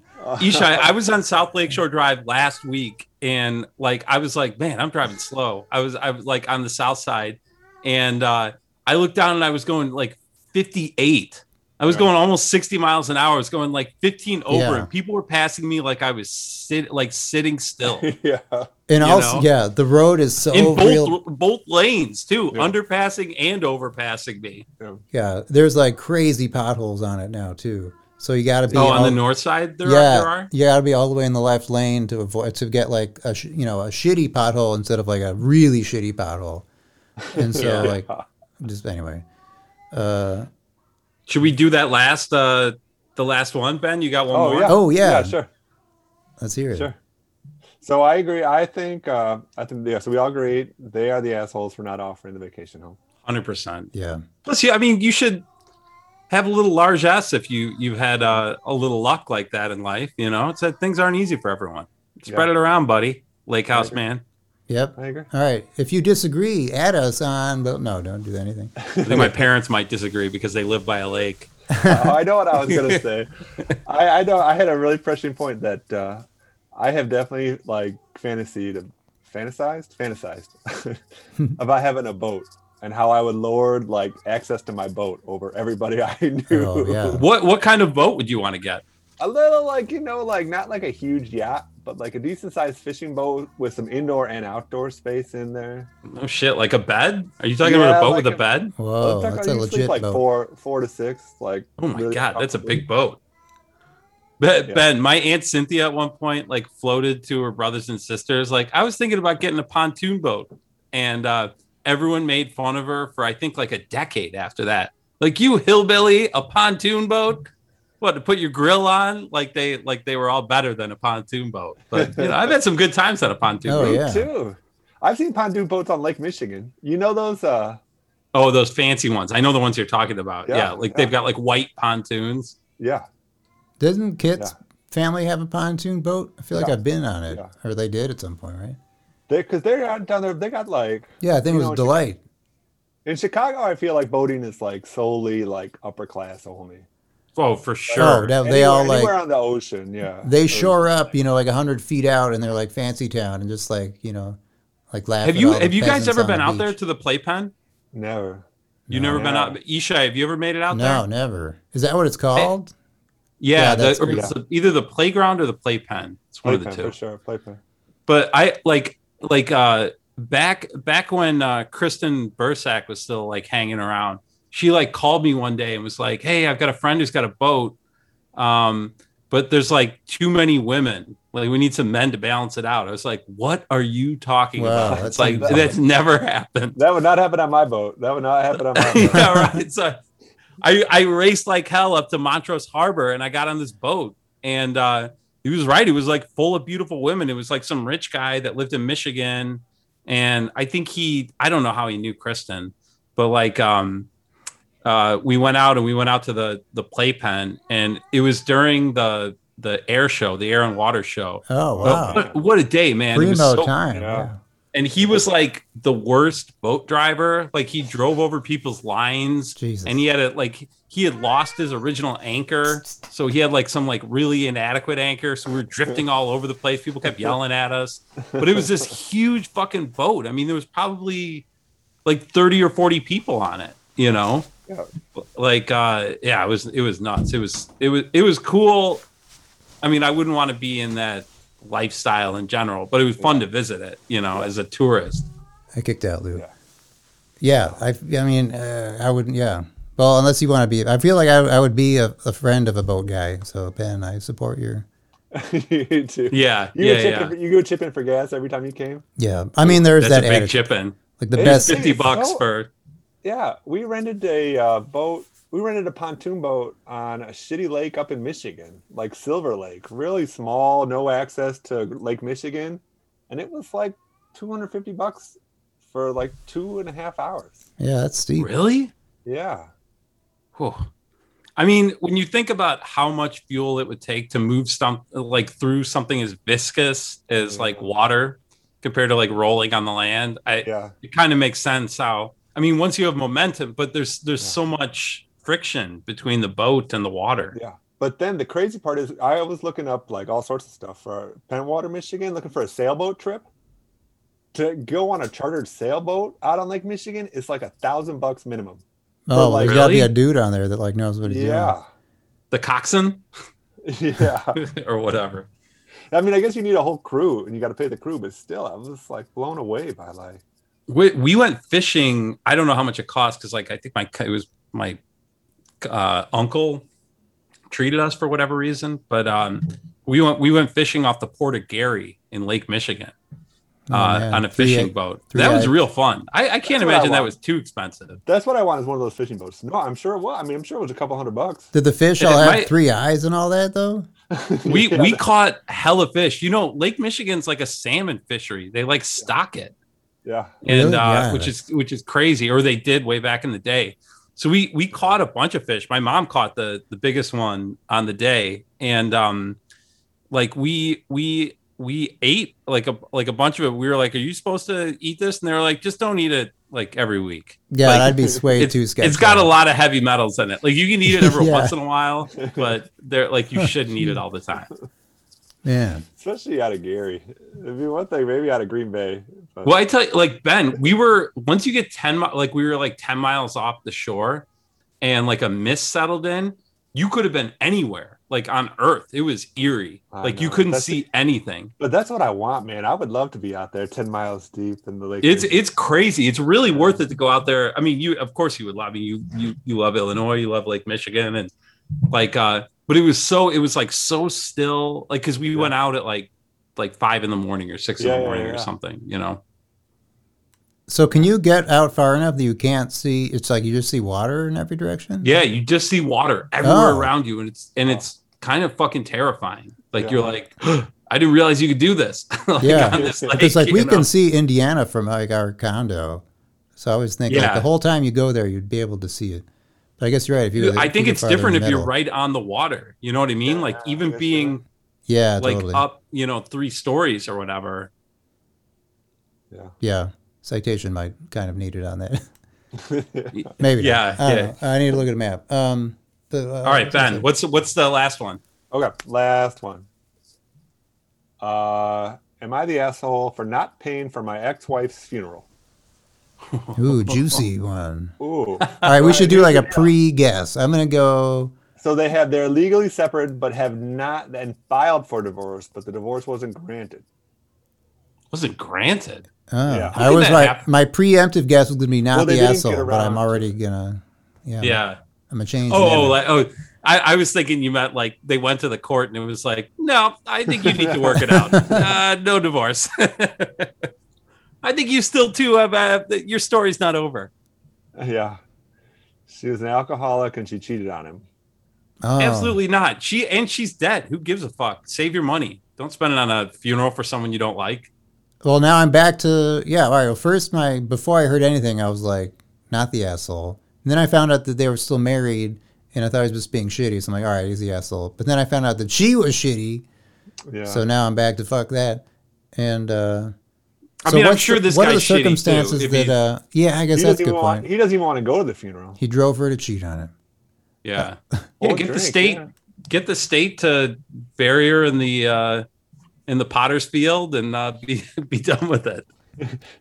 [SPEAKER 4] Isha, I was on South Lakeshore Drive last week, and like I was like, man, I'm driving slow. I was I was like on the south side, and uh, I looked down and I was going like 58. I was
[SPEAKER 3] Right.
[SPEAKER 4] going almost 60 miles an hour. I was going like 15 over,
[SPEAKER 1] Yeah.
[SPEAKER 4] and people were passing me like I was sit like sitting still
[SPEAKER 3] yeah,
[SPEAKER 1] And
[SPEAKER 4] You
[SPEAKER 1] also,
[SPEAKER 4] know?
[SPEAKER 1] yeah, the road is so
[SPEAKER 4] in both
[SPEAKER 1] real.
[SPEAKER 4] both lanes too,
[SPEAKER 3] Yeah.
[SPEAKER 4] underpassing and overpassing me.
[SPEAKER 1] yeah, there's like crazy potholes on it now too. So you got to be
[SPEAKER 4] Oh, on
[SPEAKER 1] all-
[SPEAKER 4] the north side there
[SPEAKER 1] um, yeah,
[SPEAKER 4] are, there are.
[SPEAKER 1] you got to be all the way in the left lane to avoid to get like a sh- you know a shitty pothole instead of like a really shitty pothole. And so
[SPEAKER 4] Yeah.
[SPEAKER 1] like
[SPEAKER 3] Oh,
[SPEAKER 1] just anyway, uh,
[SPEAKER 4] Should we do that last uh the last one, Ben? You got one
[SPEAKER 3] Oh,
[SPEAKER 4] more?
[SPEAKER 3] yeah.
[SPEAKER 1] oh yeah,
[SPEAKER 3] yeah, sure,
[SPEAKER 1] let's hear it.
[SPEAKER 3] sure. So I agree. I think, uh, I think, yeah. So we all agree they are the assholes for not offering the vacation home.
[SPEAKER 4] Hundred percent.
[SPEAKER 1] Yeah,
[SPEAKER 4] Plus, yeah, I mean, you should. have a little largesse if you you've had uh, a little luck like that in life. You know, it's that things aren't easy for everyone. Spread it around, buddy. Lake House man.
[SPEAKER 1] Yep.
[SPEAKER 3] I agree.
[SPEAKER 1] All right. If you disagree, add us on. But no, don't do anything.
[SPEAKER 4] I think my parents might disagree because they live by a lake.
[SPEAKER 3] oh, I know what I was gonna say. I, I know I had a really pressing point that uh, I have definitely like fantasied, fantasized, fantasized about having a boat and how I would lord like access to my boat over everybody I knew.
[SPEAKER 1] Oh, yeah.
[SPEAKER 4] What what kind of boat would you want to get?
[SPEAKER 3] a little like you know, like not like a huge yacht, but like a decent sized fishing boat with some indoor and outdoor space in there.
[SPEAKER 4] Oh shit, like a bed? Are you talking about
[SPEAKER 3] Yeah,
[SPEAKER 4] a boat
[SPEAKER 3] like
[SPEAKER 4] with a,
[SPEAKER 3] a-
[SPEAKER 4] bed?
[SPEAKER 1] Whoa,
[SPEAKER 3] Let's talk
[SPEAKER 1] Oh, that's a
[SPEAKER 3] about you
[SPEAKER 1] legit
[SPEAKER 3] like
[SPEAKER 1] boat.
[SPEAKER 3] four, four to six. Like
[SPEAKER 4] Oh my
[SPEAKER 3] really
[SPEAKER 4] god, that's a
[SPEAKER 3] comfortably.
[SPEAKER 4] big boat. But
[SPEAKER 3] Yeah.
[SPEAKER 4] Ben, my aunt Cynthia at one point like floated to her brothers and sisters. Like I was thinking about getting a pontoon boat, and uh, everyone made fun of her for I think like a decade after that. Like you hillbilly, a pontoon boat. What to put your grill on? Like they like they were all better than a pontoon boat. But you know, I've had some good times on a pontoon.
[SPEAKER 1] Oh,
[SPEAKER 4] boat.
[SPEAKER 3] Me
[SPEAKER 1] yeah.
[SPEAKER 3] too. I've seen pontoon boats on Lake Michigan. You know those? uh
[SPEAKER 4] Oh, those fancy ones. I know the ones you're talking about. Yeah,
[SPEAKER 3] Yeah,
[SPEAKER 4] like
[SPEAKER 3] yeah.
[SPEAKER 4] they've got like white pontoons.
[SPEAKER 3] Yeah,
[SPEAKER 1] Doesn't Kit's
[SPEAKER 3] Yeah.
[SPEAKER 1] family have a pontoon boat? I feel like
[SPEAKER 3] Yeah.
[SPEAKER 1] I've been on it,
[SPEAKER 3] Yeah.
[SPEAKER 1] or they did at some point, right?
[SPEAKER 3] they because they're out down there. They got like
[SPEAKER 1] Yeah, I think
[SPEAKER 3] You
[SPEAKER 1] it
[SPEAKER 3] know,
[SPEAKER 1] was
[SPEAKER 3] it's-
[SPEAKER 1] delight.
[SPEAKER 3] in Chicago. I feel like boating is like solely like upper class only.
[SPEAKER 4] Oh, for sure.
[SPEAKER 1] Oh, that- they all
[SPEAKER 3] Anywhere-
[SPEAKER 1] like
[SPEAKER 3] anywhere on the ocean. Yeah,
[SPEAKER 1] they
[SPEAKER 3] Or-
[SPEAKER 1] shore up, you know, like hundred feet out, and they're like fancy town, and just like you know, like laugh.
[SPEAKER 4] have
[SPEAKER 1] at
[SPEAKER 4] you
[SPEAKER 1] all the
[SPEAKER 4] have you guys
[SPEAKER 1] peasants
[SPEAKER 4] ever
[SPEAKER 1] on the
[SPEAKER 4] been out there
[SPEAKER 1] beach.
[SPEAKER 4] to the playpen?
[SPEAKER 3] Never.
[SPEAKER 4] You've
[SPEAKER 1] No.
[SPEAKER 4] never been
[SPEAKER 3] No.
[SPEAKER 4] out, Isha. Have you ever made it out there? Eh,
[SPEAKER 1] no, never. Is that what it's called?
[SPEAKER 4] Yeah,
[SPEAKER 1] Yeah,
[SPEAKER 4] the-
[SPEAKER 1] that's
[SPEAKER 4] or
[SPEAKER 1] pretty-
[SPEAKER 4] it's the- either the playground or the playpen. It's one
[SPEAKER 3] Playpen,
[SPEAKER 4] of the two.
[SPEAKER 3] for sure. Playpen.
[SPEAKER 4] But I like like uh back back when uh Kristen Bursack was still like hanging around. She like called me one day and was like, "Hey, I've got a friend who's got a boat, um, but there's like too many women. Like we need some men to balance it out." I was like, "What are you talking
[SPEAKER 1] Wow,
[SPEAKER 4] about?"
[SPEAKER 1] that's
[SPEAKER 4] It's like
[SPEAKER 1] unbelievable.
[SPEAKER 4] that's never happened.
[SPEAKER 3] That would not happen on my boat. That would not happen on my boat.
[SPEAKER 4] yeah, right. So I I raced like hell up to Montrose Harbor and I got on this boat and uh he was right. It was like full of beautiful women. It was like some rich guy that lived in Michigan. And I think he I don't know how he knew Kristen, but like um uh we went out and we went out to the the playpen and it was during the the air show, the air and water show.
[SPEAKER 1] Oh wow,
[SPEAKER 4] What, what a day, man. It
[SPEAKER 1] primo
[SPEAKER 4] was so
[SPEAKER 1] time.
[SPEAKER 3] yeah.
[SPEAKER 1] Yeah.
[SPEAKER 4] and he was like the worst boat driver. Like he drove over people's lines,
[SPEAKER 1] Jesus.
[SPEAKER 4] and he had a like he had lost his original anchor, so he had like some like really inadequate anchor. So we were drifting all over the place. People kept yelling at us, but it was this huge fucking boat. I mean, there was probably like thirty or forty people on it. You know,
[SPEAKER 3] Yeah.
[SPEAKER 4] like uh, yeah, it was it was nuts. It was it was it was cool. I mean, I wouldn't want to be in that lifestyle in general, but it was fun to visit it, you know, as a tourist.
[SPEAKER 1] I kicked out Lou.
[SPEAKER 3] Yeah.
[SPEAKER 1] Yeah, I, I mean, uh, I wouldn't. Yeah, well, unless you want to be, I feel like I, I would be a, a friend of a boat guy. So Ben, I support your.
[SPEAKER 3] you too.
[SPEAKER 4] Yeah,
[SPEAKER 3] You,
[SPEAKER 4] yeah,
[SPEAKER 3] go chip
[SPEAKER 4] yeah.
[SPEAKER 3] in, for- you go chip in for gas every time you came.
[SPEAKER 1] Yeah, I mean, there's
[SPEAKER 4] That's
[SPEAKER 1] that
[SPEAKER 4] a big
[SPEAKER 1] attitude.
[SPEAKER 4] chip in.
[SPEAKER 1] like the
[SPEAKER 3] It is
[SPEAKER 1] best.
[SPEAKER 3] big.
[SPEAKER 4] Fifty bucks
[SPEAKER 3] Oh.
[SPEAKER 4] for
[SPEAKER 3] Yeah, we rented a uh, boat. We rented a pontoon boat on a shitty lake up in Michigan, like Silver Lake, really small, no access to Lake Michigan, and it was like 250 bucks for like two and a half hours.
[SPEAKER 1] Yeah, that's steep.
[SPEAKER 4] really.
[SPEAKER 3] Yeah,
[SPEAKER 4] Whew. I mean, when you think about how much fuel it would take to move stump like through something as viscous as like water compared to like rolling on the land, I,
[SPEAKER 3] yeah,
[SPEAKER 4] it kind of makes sense how I mean, once you have momentum, but there's there's so much friction between the boat and the water.
[SPEAKER 3] yeah. But then the crazy part is, I was looking up like all sorts of stuff for Pentwater, Michigan, looking for a sailboat trip. To go on a chartered sailboat out on Lake Michigan is like a thousand bucks minimum.
[SPEAKER 1] Oh,
[SPEAKER 3] like-
[SPEAKER 1] there's got to be a
[SPEAKER 4] Really?
[SPEAKER 1] dude on there that like knows what he's
[SPEAKER 3] Yeah,
[SPEAKER 4] The coxswain
[SPEAKER 3] yeah.
[SPEAKER 4] or whatever.
[SPEAKER 3] I mean, I guess you need a whole crew and you got to pay the crew, but still, I was like blown away by like,
[SPEAKER 4] we, we went fishing. I don't know how much it cost because, like, I think my it was my uh, uncle treated us for whatever reason. But um, we went we went fishing off the Port of Gary in Lake Michigan
[SPEAKER 1] Oh,
[SPEAKER 4] uh,
[SPEAKER 1] man.
[SPEAKER 4] on a
[SPEAKER 1] Three
[SPEAKER 4] fishing
[SPEAKER 1] eight-
[SPEAKER 4] boat.
[SPEAKER 1] three
[SPEAKER 4] that was
[SPEAKER 1] eight.
[SPEAKER 4] real fun. I, I can't
[SPEAKER 3] That's what I
[SPEAKER 4] imagine that
[SPEAKER 3] want.
[SPEAKER 4] was too expensive.
[SPEAKER 3] that's what I want is one of those fishing boats. No, I'm sure it was. I mean, I'm sure it was a couple hundred bucks.
[SPEAKER 1] Did the fish
[SPEAKER 4] It
[SPEAKER 1] all have
[SPEAKER 4] might-
[SPEAKER 1] three eyes and all that though?
[SPEAKER 4] We
[SPEAKER 3] Yeah,
[SPEAKER 4] we
[SPEAKER 3] that-
[SPEAKER 4] caught hella fish. You know, Lake Michigan's like a salmon fishery. They like stock it.
[SPEAKER 3] yeah,
[SPEAKER 4] and
[SPEAKER 1] Really?
[SPEAKER 4] uh,
[SPEAKER 1] Yeah,
[SPEAKER 4] which
[SPEAKER 1] that's-
[SPEAKER 4] is which is crazy, or they did way back in the day. So we we caught a bunch of fish. My mom caught the the biggest one on the day, and um, like we we we ate like a like a bunch of it. We were like, "Are you supposed to eat this?" And they were like, "Just don't eat it like every week."
[SPEAKER 1] Yeah,
[SPEAKER 4] Like,
[SPEAKER 1] I'd be swayed
[SPEAKER 4] It's-
[SPEAKER 1] too sketchy.
[SPEAKER 4] it's got a lot of heavy metals in it. Like you can eat it every
[SPEAKER 1] Yeah.
[SPEAKER 4] once in a while, but they're like you shouldn't eat it all the time.
[SPEAKER 1] Yeah.
[SPEAKER 3] especially out of Gary. It'd be one thing, maybe out of Green Bay. But
[SPEAKER 4] Well, I tell you, like Ben, we were once you get ten, mi- like we were like ten miles off the shore, and like a mist settled in. You could have been anywhere, like on Earth. It was eerie,
[SPEAKER 3] I
[SPEAKER 4] like you
[SPEAKER 3] know.
[SPEAKER 4] couldn't
[SPEAKER 3] That's-
[SPEAKER 4] see anything.
[SPEAKER 3] But that's what I want, man. I would love to be out there, ten miles deep in the lake.
[SPEAKER 4] It's it's crazy. It's really worth it to go out there. I mean, you of course you would love. I mean, you you you love Illinois. You love Lake Michigan, and like, uh, but it was so it was like so still, like because we
[SPEAKER 3] Yeah.
[SPEAKER 4] went out at like like five in the morning or six
[SPEAKER 3] Yeah,
[SPEAKER 4] in
[SPEAKER 3] yeah,
[SPEAKER 4] the morning or
[SPEAKER 3] yeah.
[SPEAKER 4] something. You know,
[SPEAKER 1] So can you get out far enough that you can't see? It's like you just see water in every direction.
[SPEAKER 4] Yeah, you just see water everywhere
[SPEAKER 1] Oh.
[SPEAKER 4] around you, and it's and
[SPEAKER 3] Oh.
[SPEAKER 4] it's kind of fucking terrifying. Like
[SPEAKER 3] Yeah.
[SPEAKER 4] you're like, I didn't realize you could do this. like,
[SPEAKER 1] Yeah.
[SPEAKER 4] on this
[SPEAKER 3] But
[SPEAKER 1] It's like
[SPEAKER 4] you
[SPEAKER 1] we
[SPEAKER 4] know?
[SPEAKER 1] can see Indiana from like our condo. So I was thinking like,
[SPEAKER 4] Yeah.
[SPEAKER 1] the whole time you go there, you'd be able to see it. But I guess you're right. If you,
[SPEAKER 4] I think
[SPEAKER 1] you're
[SPEAKER 4] it's
[SPEAKER 1] farther in
[SPEAKER 4] different
[SPEAKER 1] the
[SPEAKER 4] if you're
[SPEAKER 1] middle.
[SPEAKER 4] right on the water. You know what I mean?
[SPEAKER 3] Yeah,
[SPEAKER 4] like
[SPEAKER 3] I
[SPEAKER 4] even
[SPEAKER 3] guess
[SPEAKER 4] being
[SPEAKER 1] Yeah,
[SPEAKER 4] like
[SPEAKER 1] totally.
[SPEAKER 4] up, you know, three stories or whatever.
[SPEAKER 1] Yeah, citation might kind of need it on that.
[SPEAKER 3] yeah.
[SPEAKER 1] Maybe. not.
[SPEAKER 4] Yeah,
[SPEAKER 1] I, don't
[SPEAKER 4] yeah.
[SPEAKER 1] know. I need to look at a map. Um. The, uh,
[SPEAKER 4] All right,
[SPEAKER 1] what's
[SPEAKER 4] Ben.
[SPEAKER 1] it?
[SPEAKER 4] What's what's the last one?
[SPEAKER 3] okay, last one. Uh, am I the asshole for not paying for my ex-wife's funeral?
[SPEAKER 1] Ooh, juicy one.
[SPEAKER 3] Ooh.
[SPEAKER 1] All right, we should do like a pre-guess. I'm gonna go.
[SPEAKER 3] so they have they're legally separated, but have not and filed for divorce, but the divorce wasn't granted.
[SPEAKER 4] Wasn't granted.
[SPEAKER 1] Oh,
[SPEAKER 3] Yeah.
[SPEAKER 1] I
[SPEAKER 4] How
[SPEAKER 1] was
[SPEAKER 4] did that
[SPEAKER 1] right.
[SPEAKER 4] happen?
[SPEAKER 1] My preemptive guess was gonna be not
[SPEAKER 3] Well, they
[SPEAKER 1] the
[SPEAKER 3] didn't get
[SPEAKER 1] asshole, but I'm
[SPEAKER 3] around
[SPEAKER 1] already gonna. Yeah.
[SPEAKER 4] Yeah.
[SPEAKER 1] I'm gonna change. the
[SPEAKER 4] Oh, oh,
[SPEAKER 1] name.
[SPEAKER 4] like oh. I, I was thinking you meant like they went to the court and it was like, no, I think you need to work it out. Uh, no divorce. I think you still too have uh, your story's not over.
[SPEAKER 3] Yeah. She was an alcoholic and she cheated on him.
[SPEAKER 1] Oh.
[SPEAKER 4] Absolutely not. She and she's dead. Who gives a fuck? Save your money. Don't spend it on a funeral for someone you don't like.
[SPEAKER 1] Well, now I'm back to yeah. All right. Well, first my before I heard anything, I was like, not the asshole. And then I found out that they were still married, and I thought he was just being shitty. So I'm like, all right, he's the asshole. But then I found out that she was shitty.
[SPEAKER 3] Yeah.
[SPEAKER 1] So now I'm back to fuck that. And uh,
[SPEAKER 4] I
[SPEAKER 1] so
[SPEAKER 4] mean, I'm
[SPEAKER 1] what's
[SPEAKER 4] sure
[SPEAKER 1] the-
[SPEAKER 4] this
[SPEAKER 1] what are the
[SPEAKER 4] guy's shitty, too,
[SPEAKER 1] circumstances
[SPEAKER 4] if
[SPEAKER 1] that?
[SPEAKER 4] he-
[SPEAKER 1] Uh, yeah, I guess
[SPEAKER 3] he
[SPEAKER 1] that's a
[SPEAKER 3] doesn't,
[SPEAKER 1] good
[SPEAKER 3] even want,
[SPEAKER 1] point.
[SPEAKER 3] he doesn't even want to go to the funeral.
[SPEAKER 1] He drove her to cheat on him.
[SPEAKER 4] Yeah.
[SPEAKER 3] Uh, Or
[SPEAKER 4] yeah get the
[SPEAKER 3] drink,
[SPEAKER 4] state
[SPEAKER 3] yeah.
[SPEAKER 4] get the state to bury her in the uh in the potter's field and uh, be be done with it.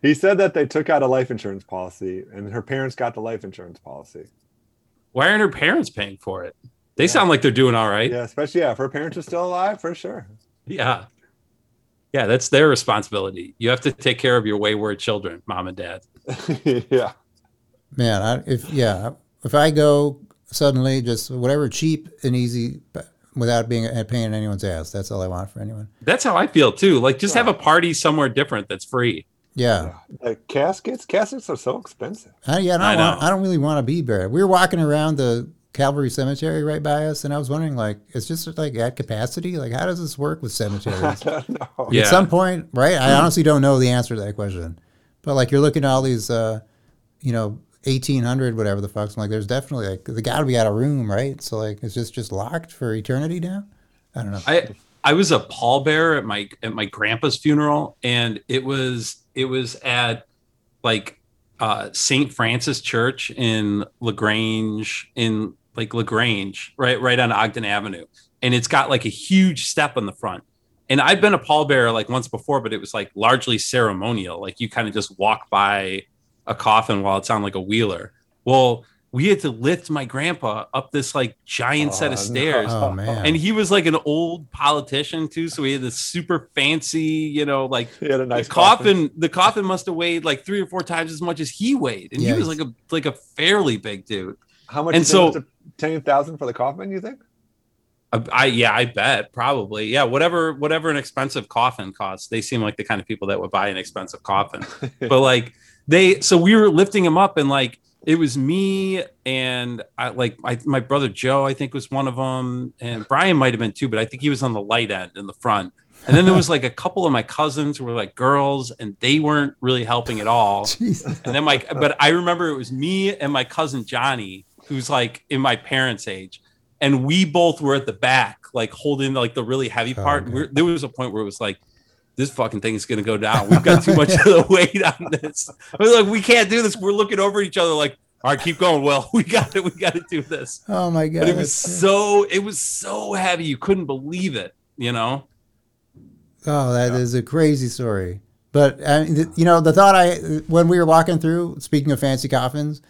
[SPEAKER 3] He said that they took out a life insurance policy and her parents got the life insurance policy.
[SPEAKER 4] Why aren't her parents paying for it? They
[SPEAKER 3] Yeah.
[SPEAKER 4] sound like they're doing all right.
[SPEAKER 3] Yeah, especially yeah, if her parents are still alive, for sure.
[SPEAKER 4] Yeah. Yeah, that's their responsibility. You have to take care of your wayward children, mom and dad.
[SPEAKER 3] yeah.
[SPEAKER 1] Man, I, if yeah, if I go suddenly just whatever cheap and easy, but without being a pain in anyone's ass, that's all I want for anyone.
[SPEAKER 4] That's how I feel too. Like just have a
[SPEAKER 3] Right.
[SPEAKER 4] party somewhere different that's free.
[SPEAKER 1] Yeah.
[SPEAKER 3] Like caskets, caskets are so expensive.
[SPEAKER 1] I, yeah, and I,
[SPEAKER 4] I
[SPEAKER 1] want,
[SPEAKER 4] know.
[SPEAKER 1] I don't really want to be buried. We were walking around the Calvary Cemetery right by us, and I was wondering, like, it's just like at capacity. Like, how does this work with
[SPEAKER 3] I
[SPEAKER 1] cemeteries?
[SPEAKER 3] don't know.
[SPEAKER 4] Yeah. Mm-hmm.
[SPEAKER 1] At some point, right? I honestly don't know the answer to that question. But like, you're looking at all these, uh, you know, 1800 whatever the fuck's. I'm like, there's definitely like they got to be out of room, right? So like, it's just just locked for eternity now. I don't know.
[SPEAKER 4] I I was a pallbearer at my at my grandpa's funeral, and it was it was at like uh St. Francis Church in Lagrange in like Lagrange, right right on Ogden Avenue, and it's got like a huge step on the front. And I've been a pallbearer like once before, but it was like largely ceremonial. Like you kind of just walk by a coffin while it's on like a wheeler. Well, we had to lift my grandpa up this like giant set of
[SPEAKER 3] Oh, no.
[SPEAKER 4] stairs
[SPEAKER 1] oh man.
[SPEAKER 4] and he was like an old politician too so he had this super fancy you know like
[SPEAKER 3] He had a nice
[SPEAKER 4] the coffin, the coffin must have weighed like three or four times as much as he weighed and
[SPEAKER 1] Yeah,
[SPEAKER 4] he was
[SPEAKER 1] he's-
[SPEAKER 4] like a like a fairly big dude
[SPEAKER 3] How much?
[SPEAKER 4] And
[SPEAKER 3] And
[SPEAKER 4] so-
[SPEAKER 3] so, ten thousand for the coffin. You think?
[SPEAKER 4] I, Uh, I yeah i bet probably yeah whatever whatever an expensive coffin costs they seem like the kind of people that would buy an expensive coffin but like they so we were lifting him up and like it was me and I, like I, my brother Joe, I think was one of them, and Brian might have been too, but I think he was on the light end in the front. And then there was like a couple of my cousins who were like girls, and they weren't really helping at all.
[SPEAKER 1] Jesus.
[SPEAKER 4] And then my, but I remember it was me and my cousin Johnny, who's like in my parents' age, and we both were at the back, like holding like the really heavy
[SPEAKER 1] Oh,
[SPEAKER 4] part.
[SPEAKER 1] okay.
[SPEAKER 4] We're, there was a point where it was like, this fucking thing is gonna go down. We've got too much of the weight on this. We're like, we can't do this. We're looking over at each other like, all right, keep going. Well, we got it. We got to do this.
[SPEAKER 1] Oh my god!
[SPEAKER 4] But it was
[SPEAKER 1] that's-
[SPEAKER 4] so it was so heavy you couldn't believe it. You know,
[SPEAKER 1] Oh, that is a crazy story. But I mean, th- you know, the thought I when we were walking through, speaking of fancy coffins,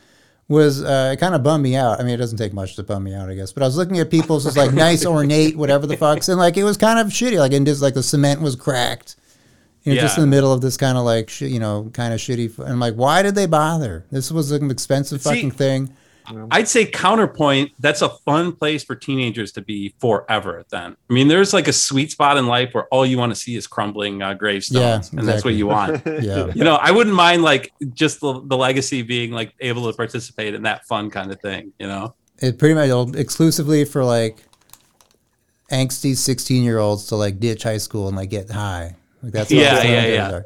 [SPEAKER 1] was uh, it kind of bummed me out. I mean, it doesn't take much to bum me out, I guess. But I was looking at people's just like nice, ornate, whatever the fucks, and like it was kind of shitty. Like and just like the cement was cracked. You know, just in
[SPEAKER 4] Yeah.
[SPEAKER 1] the middle of this kind of like sh- you know kind of shitty. f- And I'm like, why did they bother? This was an expensive
[SPEAKER 4] See-
[SPEAKER 1] fucking thing.
[SPEAKER 4] I'd say counterpoint. That's a fun place for teenagers to be forever. Then, I mean, there's like a sweet spot in life where all you want to see is crumbling uh, gravestones,
[SPEAKER 1] Yeah,
[SPEAKER 4] and that's
[SPEAKER 1] exactly.
[SPEAKER 4] what you want.
[SPEAKER 1] Yeah.
[SPEAKER 4] you know, I wouldn't mind like just the, the legacy being like able to participate in that fun kind of thing. You know,
[SPEAKER 1] it pretty much it'll- exclusively for like angsty 16 year olds to like ditch high school and like get high like that's what
[SPEAKER 4] Yeah,
[SPEAKER 1] that's what
[SPEAKER 4] yeah,
[SPEAKER 1] I'm
[SPEAKER 4] yeah. Oh,
[SPEAKER 1] doing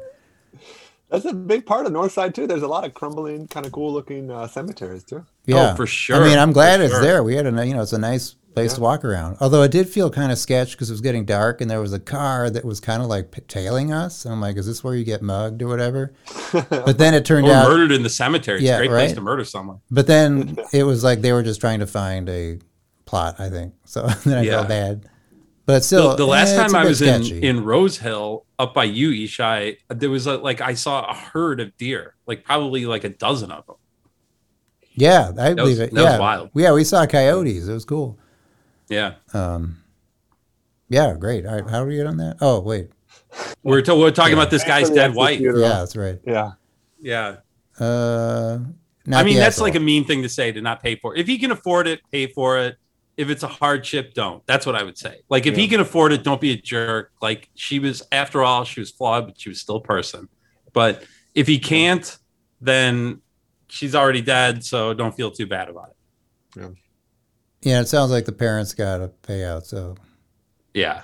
[SPEAKER 3] That's a big part of North Side too. There's a lot of crumbling, kind of cool looking uh, cemeteries too.
[SPEAKER 1] there. yeah
[SPEAKER 4] Oh, for sure.
[SPEAKER 1] i mean i'm glad
[SPEAKER 4] For
[SPEAKER 1] it's
[SPEAKER 4] sure.
[SPEAKER 1] there we had a ni- you know it's a nice place
[SPEAKER 3] Yeah.
[SPEAKER 1] to walk around although it did feel kind of sketch because it was getting dark and there was a car that was kind of like p- tailing us and i'm like is this where you get mugged or whatever but then it turned
[SPEAKER 4] or
[SPEAKER 1] out
[SPEAKER 4] murdered in the cemetery. It's
[SPEAKER 1] Yeah,
[SPEAKER 4] a great
[SPEAKER 1] right.
[SPEAKER 4] place to murder someone.
[SPEAKER 1] but then it was like they were just trying to find a plot i think so then i
[SPEAKER 4] Yeah.
[SPEAKER 1] felt bad but still
[SPEAKER 4] the, the last
[SPEAKER 1] eh, it's
[SPEAKER 4] time
[SPEAKER 1] a
[SPEAKER 4] I
[SPEAKER 1] bit
[SPEAKER 4] was
[SPEAKER 1] sketchy.
[SPEAKER 4] in in Rose Hill up by you, Ishai, there was a, like I saw a herd of deer, like probably like a dozen of them.
[SPEAKER 1] Yeah, I
[SPEAKER 4] That was-
[SPEAKER 1] believe it.
[SPEAKER 4] that
[SPEAKER 1] yeah.
[SPEAKER 4] was wild.
[SPEAKER 1] Yeah, we saw coyotes. It was cool.
[SPEAKER 4] Yeah,
[SPEAKER 1] Um, yeah, great. All right, how do we get on that? Oh, wait.
[SPEAKER 4] we are we're talking about this guy's
[SPEAKER 3] Actually,
[SPEAKER 4] dead
[SPEAKER 3] that's the
[SPEAKER 4] wife.
[SPEAKER 3] funeral.
[SPEAKER 1] Yeah, that's right.
[SPEAKER 3] Yeah.
[SPEAKER 4] Yeah,
[SPEAKER 1] Uh,
[SPEAKER 4] I mean that's like a mean thing to say to not pay for. If he can afford it, pay for it. If it's a hardship, don't. That's what I would say. Like if he can afford it, don't be a jerk. Like she was, after all, she was flawed, but she was still a person. But if he can't, then she's already dead, so don't feel too bad about it.
[SPEAKER 1] yeah. It sounds like the parents got to pay out. So,
[SPEAKER 4] Yeah,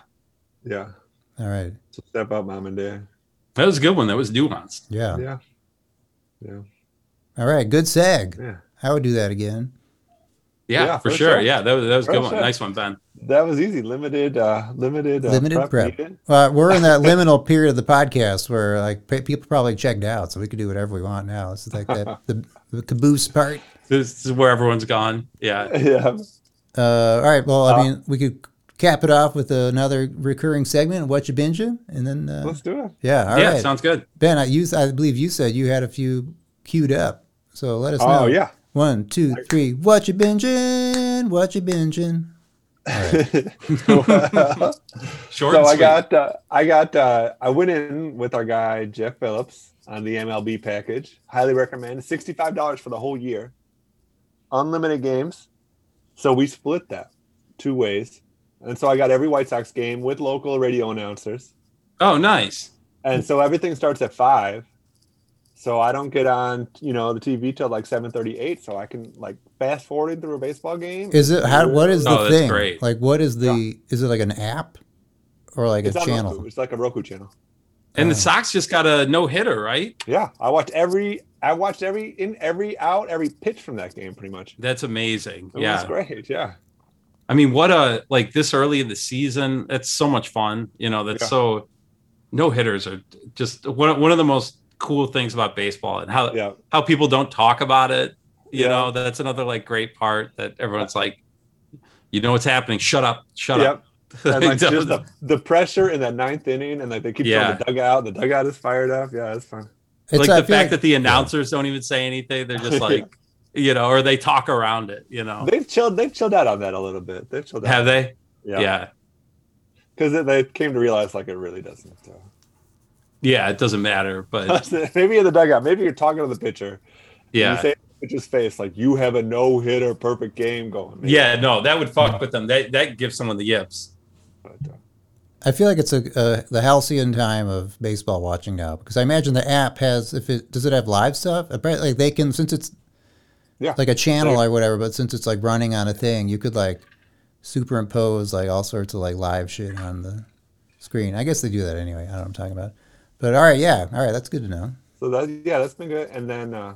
[SPEAKER 3] Yeah.
[SPEAKER 1] all right.
[SPEAKER 3] So step up, mom and dad.
[SPEAKER 4] that was a good one. That was nuanced.
[SPEAKER 1] Yeah.
[SPEAKER 3] Yeah.
[SPEAKER 1] All right. Good seg.
[SPEAKER 3] Yeah.
[SPEAKER 1] I would do that again.
[SPEAKER 4] Yeah,
[SPEAKER 3] Yeah,
[SPEAKER 4] for
[SPEAKER 3] for
[SPEAKER 4] sure.
[SPEAKER 3] sure.
[SPEAKER 4] Yeah, that was, that was a
[SPEAKER 3] For
[SPEAKER 4] good one.
[SPEAKER 3] sure.
[SPEAKER 4] Nice one, Ben.
[SPEAKER 3] That was easy. Limited, uh, limited, uh,
[SPEAKER 1] Limited prep.
[SPEAKER 3] needed.
[SPEAKER 1] Uh, we're in that liminal period of the podcast where like pe- people probably checked out, so we could do whatever we want now. This is like that the, the caboose part.
[SPEAKER 4] This is where everyone's gone. Yeah.
[SPEAKER 3] Yeah.
[SPEAKER 1] Uh, all right. Well, I
[SPEAKER 3] Uh,
[SPEAKER 1] mean, we could cap it off with another recurring segment, what you binging, and then uh,
[SPEAKER 3] Let's do it.
[SPEAKER 1] yeah, all right,
[SPEAKER 4] yeah, sounds good.
[SPEAKER 1] ben, I you, I believe you said you had a few queued up, so let us know.
[SPEAKER 3] Oh, yeah.
[SPEAKER 1] One, two, three. What you binging? What you binging?
[SPEAKER 3] uh,
[SPEAKER 4] Short.
[SPEAKER 3] so
[SPEAKER 4] and
[SPEAKER 3] I
[SPEAKER 4] sweet.
[SPEAKER 3] got, uh, I got, uh, I went in with our guy Jeff Phillips on the MLB package. Highly recommend. Sixty-five dollars for the whole year, unlimited games. So we split that two ways, and so I got every White Sox game with local radio announcers,
[SPEAKER 4] Oh, nice.
[SPEAKER 3] and so everything starts at five. So I don't get on, you know, the TV till like seven thirty-eight. So I can like fast forwarding through a baseball game.
[SPEAKER 1] Is it how? What is the
[SPEAKER 4] Oh, that's
[SPEAKER 1] thing?
[SPEAKER 4] great.
[SPEAKER 1] Like, what is the? Is it like an app or like
[SPEAKER 3] It's
[SPEAKER 1] a
[SPEAKER 3] on
[SPEAKER 1] channel?
[SPEAKER 3] Roku. It's like a Roku channel.
[SPEAKER 4] And the
[SPEAKER 1] Oh.
[SPEAKER 4] Sox just got a no hitter, right?
[SPEAKER 3] Yeah, I watched every. I watched every in, every out, every pitch from that game, pretty much.
[SPEAKER 4] That's amazing.
[SPEAKER 3] It was
[SPEAKER 4] yeah.
[SPEAKER 3] great. Yeah,
[SPEAKER 4] I mean, what a like this early in the season. That's so much fun. You know, that's
[SPEAKER 3] Yeah.
[SPEAKER 4] so no hitters are just one one of the most cool things about baseball and how
[SPEAKER 3] yeah.
[SPEAKER 4] how people don't talk about it. You
[SPEAKER 3] Yeah.
[SPEAKER 4] know, that's another like great part that everyone's like, you know what's happening. Shut up. Shut up.
[SPEAKER 3] Yep. And like
[SPEAKER 4] That
[SPEAKER 3] just
[SPEAKER 4] was-
[SPEAKER 3] the, the pressure in that ninth inning, and like they keep
[SPEAKER 4] Yeah.
[SPEAKER 3] throwing the dugout. The dugout is fired up. Yeah, it's fun.
[SPEAKER 1] It's
[SPEAKER 4] like
[SPEAKER 1] I
[SPEAKER 4] the fact
[SPEAKER 1] feel
[SPEAKER 4] that the announcers don't even say anything. They're just
[SPEAKER 3] Yeah.
[SPEAKER 4] like, you know, or they talk around it, you know.
[SPEAKER 3] They've chilled. They've chilled out on that a little bit. They've chilled
[SPEAKER 4] Oh. Have
[SPEAKER 3] out.
[SPEAKER 4] they?
[SPEAKER 3] Yeah,
[SPEAKER 4] Yeah. yeah.
[SPEAKER 3] because they came to realize like it really doesn't. So.
[SPEAKER 4] it doesn't matter. But
[SPEAKER 3] maybe in the dugout, maybe you're talking to the pitcher. and
[SPEAKER 4] yeah.
[SPEAKER 3] you say in the pitcher's face like you have a no hitter, perfect game going. man."
[SPEAKER 4] Yeah, no, that would fuck with them. That that gives someone the yips.
[SPEAKER 3] But, uh,
[SPEAKER 1] I feel like it's a, a the halcyon time of baseball watching now because I imagine the app has if it does it have live stuff apparently like they can since it's
[SPEAKER 3] Yeah.
[SPEAKER 1] like a channel or whatever but since it's like running on a thing you could like superimpose like all sorts of like live shit on the screen I guess they do that anyway I don't know what I'm talking about but all right yeah all right that's good to know
[SPEAKER 3] So that yeah, that's been good. And then uh,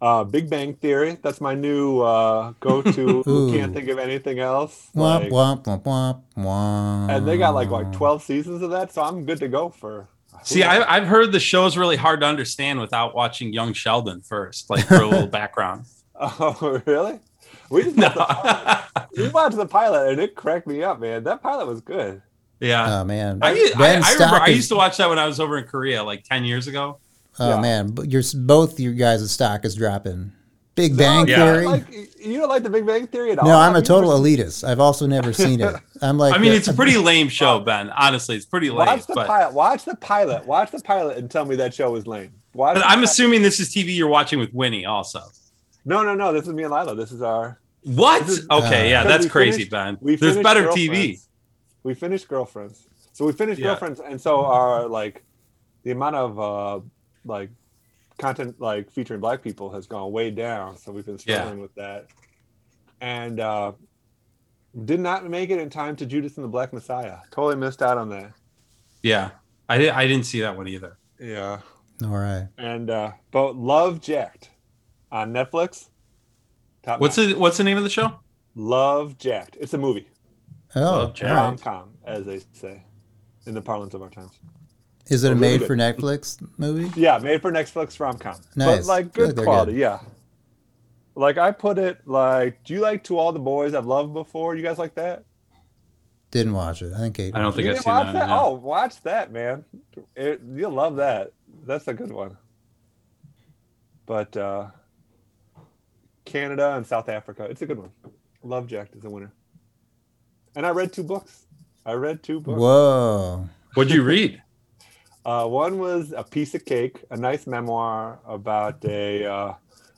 [SPEAKER 3] Uh, Big Bang Theory. That's my new uh, go-to.
[SPEAKER 1] Ooh.
[SPEAKER 3] Can't think of anything else.
[SPEAKER 1] Womp
[SPEAKER 3] Like,
[SPEAKER 1] womp womp womp womp.
[SPEAKER 3] and they got like like 12 seasons of that, so I'm good to go for.
[SPEAKER 4] See, I, I've heard the show's really hard to understand without watching Young Sheldon first, like for a little background.
[SPEAKER 3] Oh, really? We just
[SPEAKER 4] No.
[SPEAKER 3] watched the pilot. we watched the pilot, and it cracked me up, man. That pilot was good.
[SPEAKER 4] yeah.
[SPEAKER 1] Oh man,
[SPEAKER 4] I, u- I,
[SPEAKER 1] Ben
[SPEAKER 4] I
[SPEAKER 1] Stock
[SPEAKER 4] remember I
[SPEAKER 1] is-
[SPEAKER 4] used to watch that when I was over in Korea like 10 years ago.
[SPEAKER 1] Oh
[SPEAKER 3] Yeah.
[SPEAKER 1] man, but your both your guys' stock is dropping. Big Bang
[SPEAKER 3] No, you
[SPEAKER 4] yeah.
[SPEAKER 3] don't
[SPEAKER 1] Theory.
[SPEAKER 3] Like, you don't like the Big Bang Theory at all?
[SPEAKER 1] no, I'm a
[SPEAKER 3] You've
[SPEAKER 1] total
[SPEAKER 3] never-
[SPEAKER 1] elitist. I've also never seen it. I'm like,
[SPEAKER 4] I mean,
[SPEAKER 1] the-
[SPEAKER 4] it's a pretty lame show, Ben. Honestly, it's pretty lame.
[SPEAKER 3] Watch the
[SPEAKER 4] But,
[SPEAKER 3] pilot. Watch the pilot. Watch the pilot, and tell me that show was lame. Watch.
[SPEAKER 4] but
[SPEAKER 3] the
[SPEAKER 4] I'm
[SPEAKER 3] pilot.
[SPEAKER 4] assuming this is TV you're watching with Winnie also.
[SPEAKER 3] No, no, no. This is me and Lila. This is our.
[SPEAKER 4] What?
[SPEAKER 3] This is-
[SPEAKER 1] Uh,
[SPEAKER 4] Okay, yeah,
[SPEAKER 3] Because
[SPEAKER 4] that's
[SPEAKER 3] we
[SPEAKER 4] crazy,
[SPEAKER 3] finished-
[SPEAKER 4] Ben.
[SPEAKER 3] We
[SPEAKER 4] There's
[SPEAKER 3] finished
[SPEAKER 4] better TV.
[SPEAKER 3] Girlfriends. We finished girlfriends. So we finished
[SPEAKER 4] Yeah.
[SPEAKER 3] girlfriends, and so our like the amount of uh like content like featuring black people has gone way down. So we've been
[SPEAKER 4] Yeah.
[SPEAKER 3] struggling with that, and uh did not make it in time to Judas and the Black Messiah. Totally missed out on that.
[SPEAKER 4] Yeah, I didn't. I didn't see that one either.
[SPEAKER 3] Yeah.
[SPEAKER 1] all right.
[SPEAKER 3] And uh but Love Jacked on Netflix. Top
[SPEAKER 4] What's
[SPEAKER 3] notch.
[SPEAKER 4] the What's the name of the show?
[SPEAKER 3] Love Jacked. It's a movie.
[SPEAKER 1] Oh,
[SPEAKER 4] Well,
[SPEAKER 1] all
[SPEAKER 4] Jared.
[SPEAKER 3] rom
[SPEAKER 1] right.
[SPEAKER 3] com, as they say in the parlance of our times.
[SPEAKER 1] Is it a
[SPEAKER 3] Well,
[SPEAKER 1] made
[SPEAKER 3] really
[SPEAKER 1] for Netflix movie?
[SPEAKER 3] Yeah, made for Netflix rom com. But
[SPEAKER 1] Nice.
[SPEAKER 3] like
[SPEAKER 1] Look,
[SPEAKER 3] good
[SPEAKER 1] they're
[SPEAKER 3] quality,
[SPEAKER 1] good.
[SPEAKER 3] yeah. Like I put it like, do you like To All the Boys I've Loved Before? You guys like that?
[SPEAKER 1] Didn't watch it. I think Kate.
[SPEAKER 4] I don't think
[SPEAKER 3] you
[SPEAKER 4] I've
[SPEAKER 3] didn't
[SPEAKER 4] seen
[SPEAKER 3] watch that?
[SPEAKER 4] that. no.
[SPEAKER 3] Oh, watch that, man. It, you'll love that. That's a good one. But uh Canada and South Africa, it's a good one. Love Jacked is a winner. And I read two books. I read two books.
[SPEAKER 1] Whoa.
[SPEAKER 4] What'd you read?
[SPEAKER 3] Uh, one was a piece of cake, a nice memoir about a uh,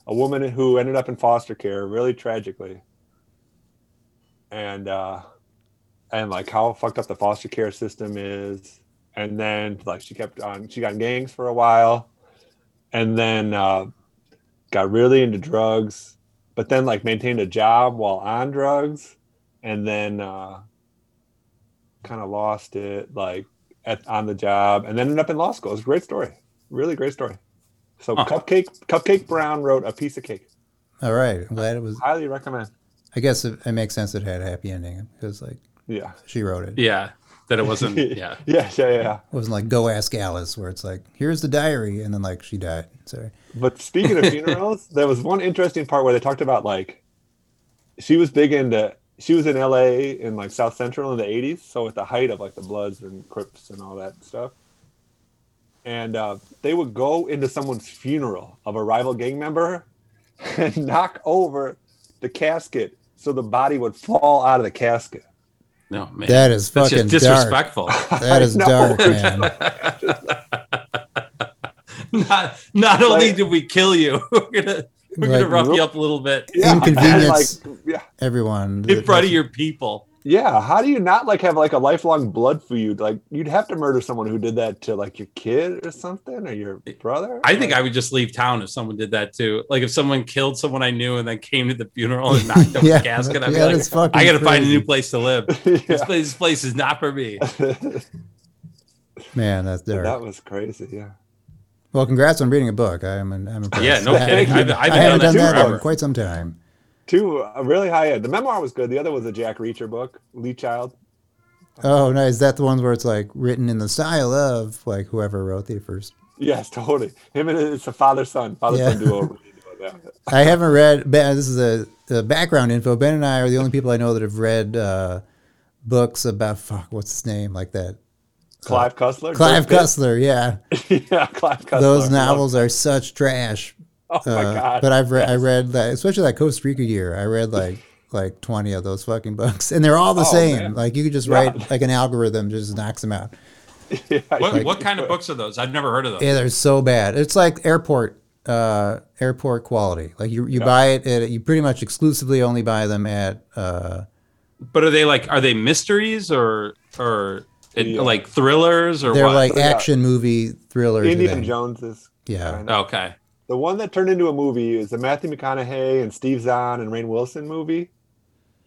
[SPEAKER 3] a woman who ended up in foster care really tragically, and uh, and like how fucked up the foster care system is. And then like she kept on, she got in gangs for a while, and then uh, got really into drugs, but then like maintained a job while on drugs, and then uh, kind of lost it like at, on the job and then ended up in law school. It's a great story. Really great story. So
[SPEAKER 4] Huh.
[SPEAKER 3] Cupcake Cupcake Brown wrote a piece of cake.
[SPEAKER 1] All right. I'm glad it was.
[SPEAKER 3] Highly recommend.
[SPEAKER 1] I guess it, it makes sense. It had a happy ending because like
[SPEAKER 3] Yeah.
[SPEAKER 1] she wrote it.
[SPEAKER 4] Yeah, that it wasn't. Yeah,
[SPEAKER 3] Yeah, yeah, yeah.
[SPEAKER 1] It wasn't like Go Ask Alice, where it's like, here's the diary, and then like she died. Sorry.
[SPEAKER 3] But speaking of funerals, there was one interesting part where they talked about like she was big into she was in LA in like South Central in the 80s, so at the height of like the Bloods and Crips and all that stuff. And uh, they would go into someone's funeral of a rival gang member and knock over the casket so the body would fall out of the casket.
[SPEAKER 4] no man,
[SPEAKER 1] That is
[SPEAKER 4] that's
[SPEAKER 1] fucking
[SPEAKER 4] just
[SPEAKER 1] dark.
[SPEAKER 4] disrespectful.
[SPEAKER 1] That is
[SPEAKER 3] No.
[SPEAKER 1] dark, man.
[SPEAKER 4] not not only did we kill you, we're gonna we're gonna
[SPEAKER 1] Like,
[SPEAKER 4] rough you up a little bit
[SPEAKER 3] and,
[SPEAKER 1] Inconvenience.
[SPEAKER 3] like, yeah,
[SPEAKER 1] Everyone.
[SPEAKER 4] in front of your people.
[SPEAKER 3] yeah. How do you not like have like a lifelong blood feud? Like you'd have to murder someone who did that to like your kid or something or your brother.
[SPEAKER 4] I think I would just leave town if someone did that too. Like if someone killed someone I knew and then came to the funeral and knocked up
[SPEAKER 1] yeah,
[SPEAKER 4] the casket, I'd
[SPEAKER 1] yeah,
[SPEAKER 4] be like,
[SPEAKER 1] that's fucking
[SPEAKER 4] I gotta find a
[SPEAKER 1] crazy.
[SPEAKER 4] new place to live. This,
[SPEAKER 3] yeah.
[SPEAKER 4] place, this place is not for me.
[SPEAKER 1] Man, that's dark.
[SPEAKER 3] that was crazy. Yeah.
[SPEAKER 1] Well, congrats on reading a book. I'm I'm impressed.
[SPEAKER 4] Yeah, no
[SPEAKER 1] I haven't-
[SPEAKER 4] kidding. I've- I've
[SPEAKER 1] I
[SPEAKER 4] been
[SPEAKER 1] haven't
[SPEAKER 4] on that
[SPEAKER 1] done that
[SPEAKER 4] forever.
[SPEAKER 1] in quite some time.
[SPEAKER 3] Two uh, really high end. The memoir was good. The other was a Jack Reacher book, Lee Child.
[SPEAKER 1] Oh no, is that the ones where it's like written in the style of like whoever wrote the first?
[SPEAKER 3] Yes, totally. Him and it's a father son, father son
[SPEAKER 1] Yeah.
[SPEAKER 3] duo. Really do that.
[SPEAKER 1] I haven't read. Ben, this is a the background info. Ben and I are the only people I know that have read uh, books about fuck. What's his name? Like that
[SPEAKER 3] Clive Cussler.
[SPEAKER 1] Clive
[SPEAKER 3] Dirk
[SPEAKER 1] Cussler. Yeah,
[SPEAKER 3] Pitt. yeah, Clive Cussler.
[SPEAKER 1] those novels are such trash.
[SPEAKER 3] Oh my
[SPEAKER 1] Uh,
[SPEAKER 3] god.
[SPEAKER 1] But I've read I read that especially that Costa Rica year. I read like like twenty of those fucking books, and they're all the
[SPEAKER 3] Oh,
[SPEAKER 1] same.
[SPEAKER 3] man.
[SPEAKER 1] Like you could just
[SPEAKER 3] Yeah.
[SPEAKER 1] write like an algorithm just knocks them out.
[SPEAKER 3] yeah,
[SPEAKER 4] What, what kind of books are those? I've never heard of those.
[SPEAKER 1] Yeah, they're so bad. It's like airport uh airport quality. Like you you buy it at you pretty much exclusively only buy them at uh
[SPEAKER 4] But are they like are they mysteries or or it,
[SPEAKER 3] Yeah.
[SPEAKER 4] like thrillers or
[SPEAKER 1] they're
[SPEAKER 4] what?
[SPEAKER 1] like
[SPEAKER 3] Yeah.
[SPEAKER 1] action movie thrillers. I
[SPEAKER 3] Indiana
[SPEAKER 1] think.
[SPEAKER 3] Jones is
[SPEAKER 1] Yeah.
[SPEAKER 3] kind of-
[SPEAKER 4] okay.
[SPEAKER 3] The one that turned into a movie is the Matthew McConaughey and Steve Zahn and Rain Wilson movie.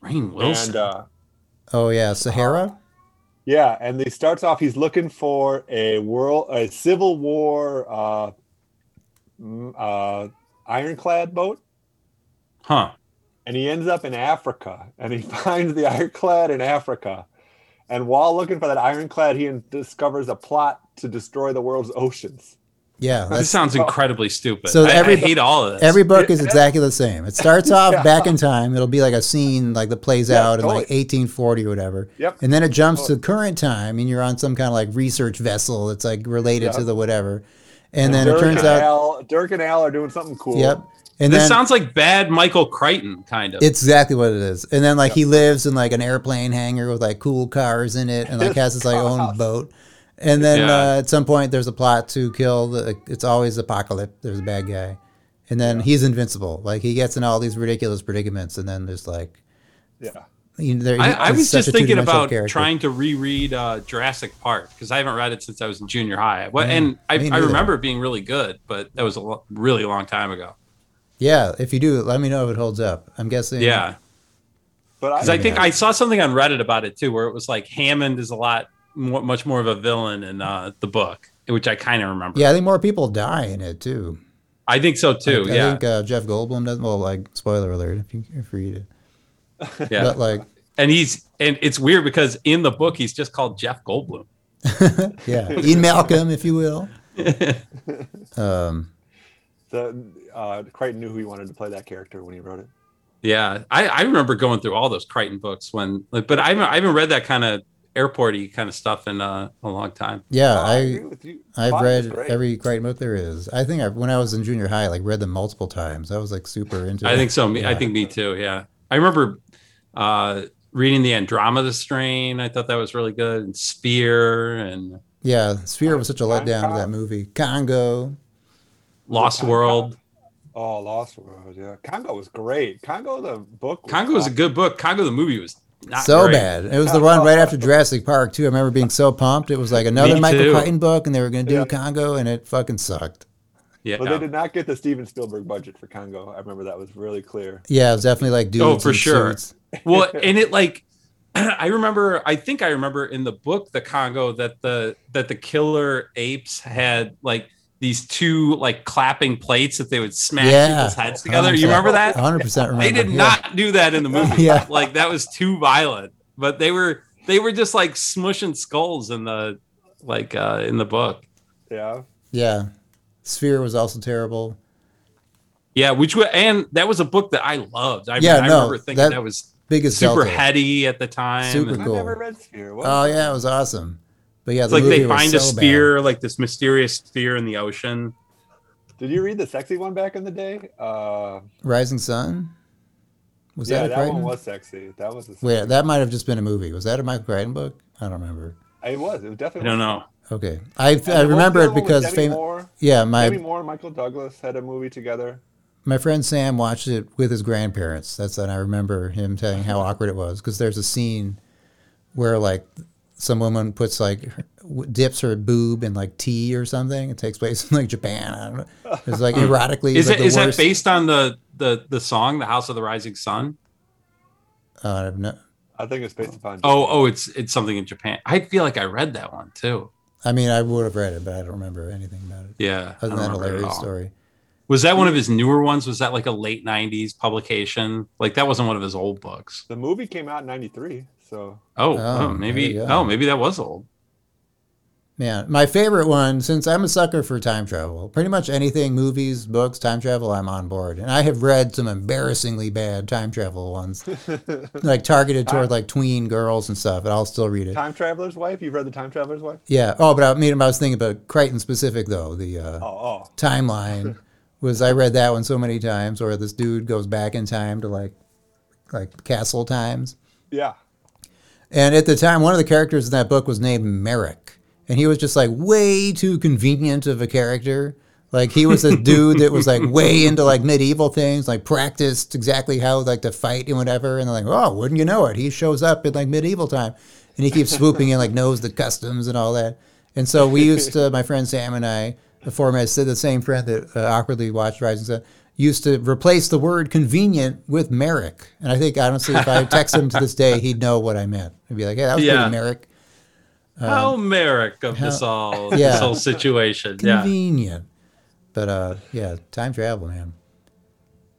[SPEAKER 4] Rain Wilson.
[SPEAKER 3] And uh,
[SPEAKER 1] Oh yeah,
[SPEAKER 3] Uh-huh.
[SPEAKER 1] Sahara?
[SPEAKER 3] yeah, and he starts off. He's looking for a world, a Civil War uh, m- uh, ironclad boat
[SPEAKER 4] Huh.
[SPEAKER 3] and he ends up in Africa and he finds the ironclad in Africa. And while looking for that ironclad, he discovers a plot to destroy the world's oceans.
[SPEAKER 1] Yeah,
[SPEAKER 4] This
[SPEAKER 1] that's,
[SPEAKER 4] sounds incredibly stupid.
[SPEAKER 1] So
[SPEAKER 4] I, I
[SPEAKER 1] every-
[SPEAKER 4] hate all of this.
[SPEAKER 1] every book is exactly the same. It starts off back in time. It'll be like a scene like that plays
[SPEAKER 3] Yeah,
[SPEAKER 1] out in like
[SPEAKER 3] totally.
[SPEAKER 1] 1840 or whatever.
[SPEAKER 3] Yep.
[SPEAKER 1] And then it jumps to current time, and you're on some kind of like research vessel that's like related
[SPEAKER 3] Yeah.
[SPEAKER 1] to the whatever. And, then
[SPEAKER 3] Dirk
[SPEAKER 1] it turns
[SPEAKER 3] and
[SPEAKER 1] out,
[SPEAKER 3] Al, Dirk and Al are doing something cool.
[SPEAKER 1] yep. And
[SPEAKER 4] this
[SPEAKER 1] then
[SPEAKER 4] sounds like bad Michael Crichton kind of.
[SPEAKER 1] It's exactly what it is. And then like he lives in like an airplane hangar with like cool cars in it, and like has his like own boat. And then
[SPEAKER 4] Yeah.
[SPEAKER 1] uh, at some point, there's a plot to kill. The, it's always apocalypse. There's a bad guy, and then he's invincible. Like he gets in all these ridiculous predicaments, and then there's like
[SPEAKER 3] Yeah.
[SPEAKER 1] you know, there,
[SPEAKER 4] I,
[SPEAKER 1] he's
[SPEAKER 4] I was
[SPEAKER 1] such
[SPEAKER 4] just
[SPEAKER 1] a
[SPEAKER 4] thinking
[SPEAKER 1] two-dimensional
[SPEAKER 4] about
[SPEAKER 1] character.
[SPEAKER 4] trying to reread uh, Jurassic Park because I haven't read it since I was in junior high. What, and I,
[SPEAKER 1] Mm, me
[SPEAKER 4] I
[SPEAKER 1] neither.
[SPEAKER 4] remember it being really good, but that was a lo- really long time ago.
[SPEAKER 1] Yeah, if you do, let me know if it holds up. I'm guessing.
[SPEAKER 4] Yeah.
[SPEAKER 3] But I,
[SPEAKER 4] Because I think
[SPEAKER 1] Yeah.
[SPEAKER 4] I saw something on Reddit about it too, where it was like Hammond is a lot more, much more of a villain in uh, the book, which I kind of remember.
[SPEAKER 1] Yeah, I think more people die in it too.
[SPEAKER 4] I think so too.
[SPEAKER 1] I
[SPEAKER 4] yeah,
[SPEAKER 1] think uh, Jeff Goldblum doesn't. Well, like spoiler alert if you if you read it,
[SPEAKER 4] yeah.
[SPEAKER 1] but like
[SPEAKER 4] and he's and it's weird because in the book he's just called Jeff Goldblum.
[SPEAKER 1] yeah, Ian Malcolm, if you will. um,
[SPEAKER 3] the, uh, Crichton knew who he wanted to play that character when he wrote it.
[SPEAKER 4] Yeah, I, I remember going through all those Crichton books when, like, but I haven't, I haven't read that kind of airporty kind of stuff in uh, a long time.
[SPEAKER 1] yeah,
[SPEAKER 3] Oh,
[SPEAKER 1] Uh, I
[SPEAKER 3] agree with you.
[SPEAKER 1] I've
[SPEAKER 3] Bach is
[SPEAKER 1] read
[SPEAKER 3] great.
[SPEAKER 1] every Crichton book there is. I think I, when I was in junior high, like read them multiple times. I was like super into.
[SPEAKER 4] I
[SPEAKER 1] it.
[SPEAKER 4] think so. Me, I
[SPEAKER 1] Yeah.
[SPEAKER 4] think me too. Yeah, I remember uh, reading the Andromeda Strain. I thought that was really good, and Spear and
[SPEAKER 1] Yeah, Sphere was such a letdown of
[SPEAKER 3] Congo.
[SPEAKER 1] that movie. Congo.
[SPEAKER 4] Lost
[SPEAKER 3] Congo.
[SPEAKER 4] World.
[SPEAKER 3] Oh, Lost World. Yeah. Congo was great. Congo, the book. Was
[SPEAKER 4] Congo was a
[SPEAKER 3] awesome.
[SPEAKER 4] good book. Congo the movie was not
[SPEAKER 1] so
[SPEAKER 4] great.
[SPEAKER 1] bad. It was the one right after Jurassic Park too. I remember being so pumped. It was like another
[SPEAKER 4] Me
[SPEAKER 1] Michael
[SPEAKER 4] too.
[SPEAKER 1] Crichton book, and they were gonna do
[SPEAKER 3] Yeah.
[SPEAKER 1] Congo, and it fucking sucked.
[SPEAKER 4] Yeah.
[SPEAKER 3] But they did not get the Steven Spielberg budget for Congo. I remember that was really clear.
[SPEAKER 1] Yeah, it was definitely like dudes.
[SPEAKER 4] Oh, for
[SPEAKER 1] in
[SPEAKER 4] sure.
[SPEAKER 1] suits.
[SPEAKER 4] well and it like i remember i think i remember in the book the congo that the that the killer apes had like these two like clapping plates that they would smash
[SPEAKER 1] Yeah. Oh,
[SPEAKER 4] people's heads together you remember that
[SPEAKER 1] 100 percent remember.
[SPEAKER 4] they did
[SPEAKER 1] Yeah.
[SPEAKER 4] not do that in the movie
[SPEAKER 1] Yeah.
[SPEAKER 4] like that was too violent but they were they were just like smushing skulls in the like uh in the book
[SPEAKER 3] Yeah.
[SPEAKER 1] Yeah, Sphere was also terrible.
[SPEAKER 4] yeah which was and that was a book that i loved i,
[SPEAKER 1] Yeah,
[SPEAKER 4] I
[SPEAKER 1] no,
[SPEAKER 4] remember thinking
[SPEAKER 1] that-
[SPEAKER 4] that, was
[SPEAKER 1] Biggest
[SPEAKER 4] super
[SPEAKER 1] Delta.
[SPEAKER 4] heady at the time
[SPEAKER 1] Super
[SPEAKER 4] and-
[SPEAKER 3] I
[SPEAKER 1] Cool.
[SPEAKER 3] never read Sphere. What
[SPEAKER 1] Oh yeah, it was awesome. But yeah,
[SPEAKER 4] It's
[SPEAKER 1] the
[SPEAKER 4] like
[SPEAKER 1] movie
[SPEAKER 4] they
[SPEAKER 1] was
[SPEAKER 4] find
[SPEAKER 1] so
[SPEAKER 4] a spear, like this mysterious spear in the ocean.
[SPEAKER 3] Did you read the sexy one back in the day? Uh,
[SPEAKER 1] bad. Rising Sun. Was
[SPEAKER 3] yeah,
[SPEAKER 1] that a
[SPEAKER 3] that,
[SPEAKER 1] Crichton?
[SPEAKER 3] one was sexy. That was a sexy.
[SPEAKER 1] Wait, that might have just been a movie. Was that a Michael Crichton book? I don't remember.
[SPEAKER 3] It was. It was
[SPEAKER 4] I
[SPEAKER 3] definitely.
[SPEAKER 4] don't know.
[SPEAKER 1] Okay, I,
[SPEAKER 3] And
[SPEAKER 1] I
[SPEAKER 3] the
[SPEAKER 1] remember
[SPEAKER 3] other
[SPEAKER 1] it
[SPEAKER 3] one was
[SPEAKER 1] because
[SPEAKER 3] Demi
[SPEAKER 1] famous.
[SPEAKER 3] Moore.
[SPEAKER 1] Yeah, my
[SPEAKER 3] Demi Moore and Michael Douglas had a movie together.
[SPEAKER 1] my friend Sam watched it with his grandparents. That's and I remember him telling how awkward it was because there's a scene where like some woman puts like her- w- dips her boob in like tea or something. It takes place in like Japan. I don't know. It's like erotically.
[SPEAKER 4] Is
[SPEAKER 1] like,
[SPEAKER 4] it
[SPEAKER 1] the
[SPEAKER 4] is that
[SPEAKER 1] worst-
[SPEAKER 4] based on the the the song, "The House of the Rising Sun"?
[SPEAKER 1] Uh, I have no-
[SPEAKER 3] I think it's based upon.
[SPEAKER 4] Oh, oh, it's it's something in Japan. I feel like I read that one too.
[SPEAKER 1] I mean, I would have read it, but I don't remember anything about it.
[SPEAKER 4] Yeah, I
[SPEAKER 1] Other
[SPEAKER 4] don't
[SPEAKER 1] than that
[SPEAKER 4] remember it at
[SPEAKER 1] hilarious
[SPEAKER 4] all.
[SPEAKER 1] story.
[SPEAKER 4] Was that one of his newer ones? Was that like a late '90s publication? Like that wasn't one of his old books.
[SPEAKER 3] The movie came out in '93, so
[SPEAKER 1] Oh,
[SPEAKER 4] Oh, oh, maybe.
[SPEAKER 1] there you go.
[SPEAKER 4] Oh, maybe that was old.
[SPEAKER 1] Man, my favorite one, since I'm a sucker for time travel, pretty much anything, movies, books, time travel, I'm on board. And I have read some embarrassingly bad time travel ones, like targeted toward like tween girls and stuff, and I'll still read it.
[SPEAKER 3] Time Traveler's Wife. You've read the Time Traveler's Wife?
[SPEAKER 1] Yeah. Oh, but I mean, I was thinking about Crichton specific, though. The uh,
[SPEAKER 3] Oh, oh,
[SPEAKER 1] timeline was I read that one so many times, or this dude goes back in time to like, like castle times.
[SPEAKER 3] yeah.
[SPEAKER 1] And at the time, one of the characters in that book was named Merrick. And he was just like way too convenient of a character. Like he was this dude that was like way into like medieval things, like practiced exactly how like to fight and whatever. And they're like, oh, wouldn't you know it? He shows up in like medieval time. And he keeps swooping in, like knows the customs and all that. And so we used to, my friend Sam and I, the former, I said the same friend that uh, awkwardly watched Rising Sun, used to replace the word convenient with Merrick. And I think, honestly, if I text him to this day, he'd know what I meant. He'd be like, yeah, that was
[SPEAKER 4] Yeah.
[SPEAKER 1] pretty Merrick.
[SPEAKER 4] how Merrick of this
[SPEAKER 1] Uh, how-
[SPEAKER 4] all
[SPEAKER 1] Yeah.
[SPEAKER 4] this whole situation. Yeah,
[SPEAKER 1] Convenient. But uh, yeah, time travel, man.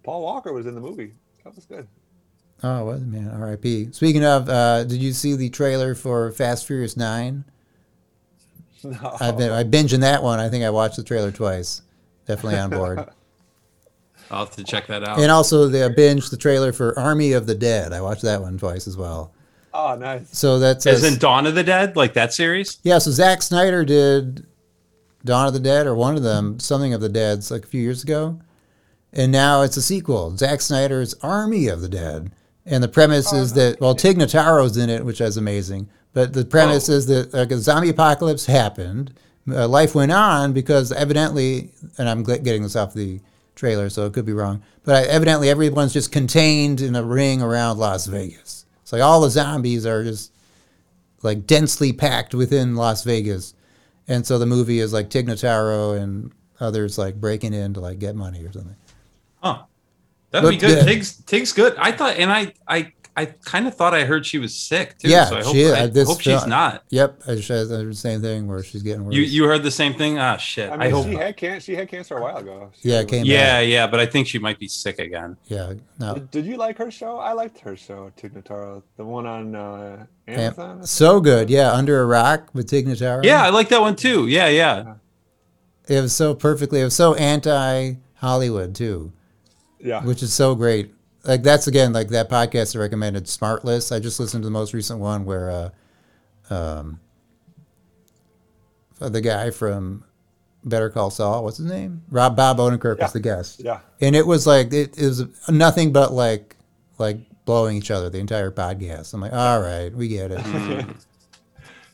[SPEAKER 3] Paul Walker was in the movie. That was good.
[SPEAKER 1] Oh, what man, R.I.P. Speaking of, uh, did you see the trailer for Fast Furious Nine?
[SPEAKER 3] No.
[SPEAKER 1] I've
[SPEAKER 4] Oh.
[SPEAKER 1] been I binging that one. I think I watched the trailer twice. Definitely on board.
[SPEAKER 4] I'll have to check that out.
[SPEAKER 1] and also the I binged the trailer for Army of the Dead. I watched that one twice as well.
[SPEAKER 3] Oh, nice.
[SPEAKER 1] So that's
[SPEAKER 4] As in Dawn of the Dead, like that series?
[SPEAKER 1] yeah. So Zack Snyder did Dawn of the Dead or one of them, something of the Dead's like a few years ago, and now it's a sequel. Zack Snyder's Army of the Dead, and the premise is that well, Tig Notaro's in it, which is amazing. But the premise is that like, a zombie apocalypse happened, uh, life went on because evidently, and I'm gl- getting this off the trailer, so it could be wrong, but I, evidently everyone's just contained in a ring around Las Vegas. It's like all the zombies are just like densely packed within Las Vegas. And so the movie is like Tig Notaro and others like breaking in to like get money or something.
[SPEAKER 4] Huh. That'd be
[SPEAKER 1] Look
[SPEAKER 4] good.
[SPEAKER 1] good.
[SPEAKER 4] Tig's Tig's good. I thought, and I I I kind of thought I heard she was sick too.
[SPEAKER 1] Yeah,
[SPEAKER 4] so I hope,
[SPEAKER 1] she is.
[SPEAKER 4] I
[SPEAKER 1] Uh, this
[SPEAKER 4] hope she's
[SPEAKER 1] fil-
[SPEAKER 4] not.
[SPEAKER 1] Yep, I just had the same thing where she's getting worse.
[SPEAKER 4] You you heard the same thing? Ah, shit.
[SPEAKER 3] I
[SPEAKER 4] I,
[SPEAKER 3] mean,
[SPEAKER 4] hope.
[SPEAKER 3] she
[SPEAKER 4] not.
[SPEAKER 3] had can- she had cancer a while ago. She
[SPEAKER 1] yeah,
[SPEAKER 3] was-
[SPEAKER 1] it came
[SPEAKER 4] yeah,
[SPEAKER 1] back.
[SPEAKER 4] yeah, but I think she might be sick again.
[SPEAKER 1] yeah, no,
[SPEAKER 3] Did, did you like her show? I liked her show, Tignataro. The one on uh, Amazon.
[SPEAKER 1] Am- so good. Yeah, under a rock with Tig Notaro.
[SPEAKER 4] Yeah, I like that one too. Yeah, yeah.
[SPEAKER 1] it was so perfectly. It was so anti Hollywood too.
[SPEAKER 3] yeah.
[SPEAKER 1] which is so great. Like that's again like that podcast I recommended, Smart List. I just listened to the most recent one where, uh, um, the guy from Better Call Saul, what's his name? Rob Bob Odenkirk
[SPEAKER 3] Yeah.
[SPEAKER 1] was the guest,
[SPEAKER 3] Yeah.
[SPEAKER 1] and it was like it, it was nothing but like like blowing each other the entire podcast. I'm like, all right, we get it.
[SPEAKER 4] Mm-hmm.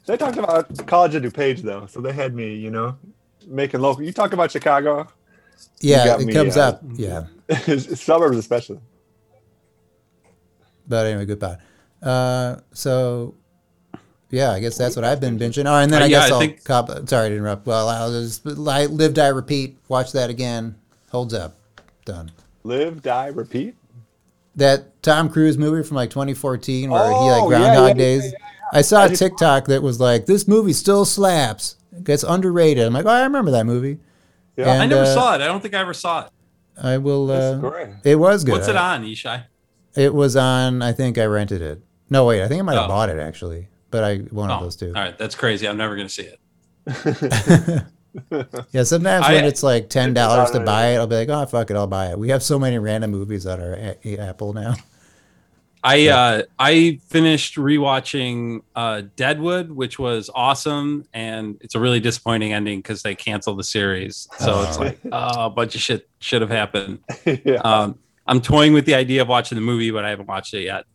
[SPEAKER 3] They talked about College of DuPage though, so they had me, you know, making local. You talk about Chicago,
[SPEAKER 1] yeah,
[SPEAKER 3] got
[SPEAKER 1] it
[SPEAKER 3] me,
[SPEAKER 1] comes
[SPEAKER 3] uh,
[SPEAKER 1] up. Yeah,
[SPEAKER 3] suburbs especially.
[SPEAKER 1] but anyway, good pod. Uh, so. Yeah, I guess that's what I've been binging. Oh, and then
[SPEAKER 4] Uh,
[SPEAKER 1] I
[SPEAKER 4] yeah,
[SPEAKER 1] guess
[SPEAKER 4] I
[SPEAKER 1] I'll
[SPEAKER 4] think-
[SPEAKER 1] cop. Sorry to interrupt. Well, I'll just I live, die, repeat. Watch that again. Holds up. Done.
[SPEAKER 3] Live, die, repeat.
[SPEAKER 1] That Tom Cruise movie from like 2014 where he like
[SPEAKER 3] Oh, yeah,
[SPEAKER 1] Groundhog
[SPEAKER 3] yeah,
[SPEAKER 1] Days.
[SPEAKER 3] yeah,
[SPEAKER 1] I saw
[SPEAKER 3] I
[SPEAKER 1] a
[SPEAKER 3] just-
[SPEAKER 1] TikTok that was like, "This movie still slaps. Gets underrated." I'm like, "Oh, I remember that movie."
[SPEAKER 3] Yeah.
[SPEAKER 4] I
[SPEAKER 1] And,
[SPEAKER 4] never
[SPEAKER 1] uh,
[SPEAKER 4] saw it. I don't think I ever saw it.
[SPEAKER 1] I will.
[SPEAKER 3] That's
[SPEAKER 1] Uh,
[SPEAKER 3] great.
[SPEAKER 1] it was good.
[SPEAKER 4] What's it on, Ishai?
[SPEAKER 1] It was on. I think I rented it. No, wait. I think I might have
[SPEAKER 4] Oh.
[SPEAKER 1] bought it actually, but I one of
[SPEAKER 4] Oh,
[SPEAKER 1] those two.
[SPEAKER 4] all right. That's crazy. I'm never gonna see it.
[SPEAKER 1] Yeah, sometimes
[SPEAKER 4] I-
[SPEAKER 1] when it's like ten dollars to
[SPEAKER 3] alright.
[SPEAKER 1] buy it, I'll be like, "Oh, fuck it, I'll buy it." We have so many random movies on our a- a- Apple now.
[SPEAKER 4] I uh, I finished rewatching uh, Deadwood, which was awesome, and it's a really disappointing ending because they canceled the series. So it's
[SPEAKER 1] Oh.
[SPEAKER 4] like oh, a bunch of shit should have happened.
[SPEAKER 3] yeah.
[SPEAKER 4] Um, I'm toying with the idea of watching the movie, but I haven't watched it yet.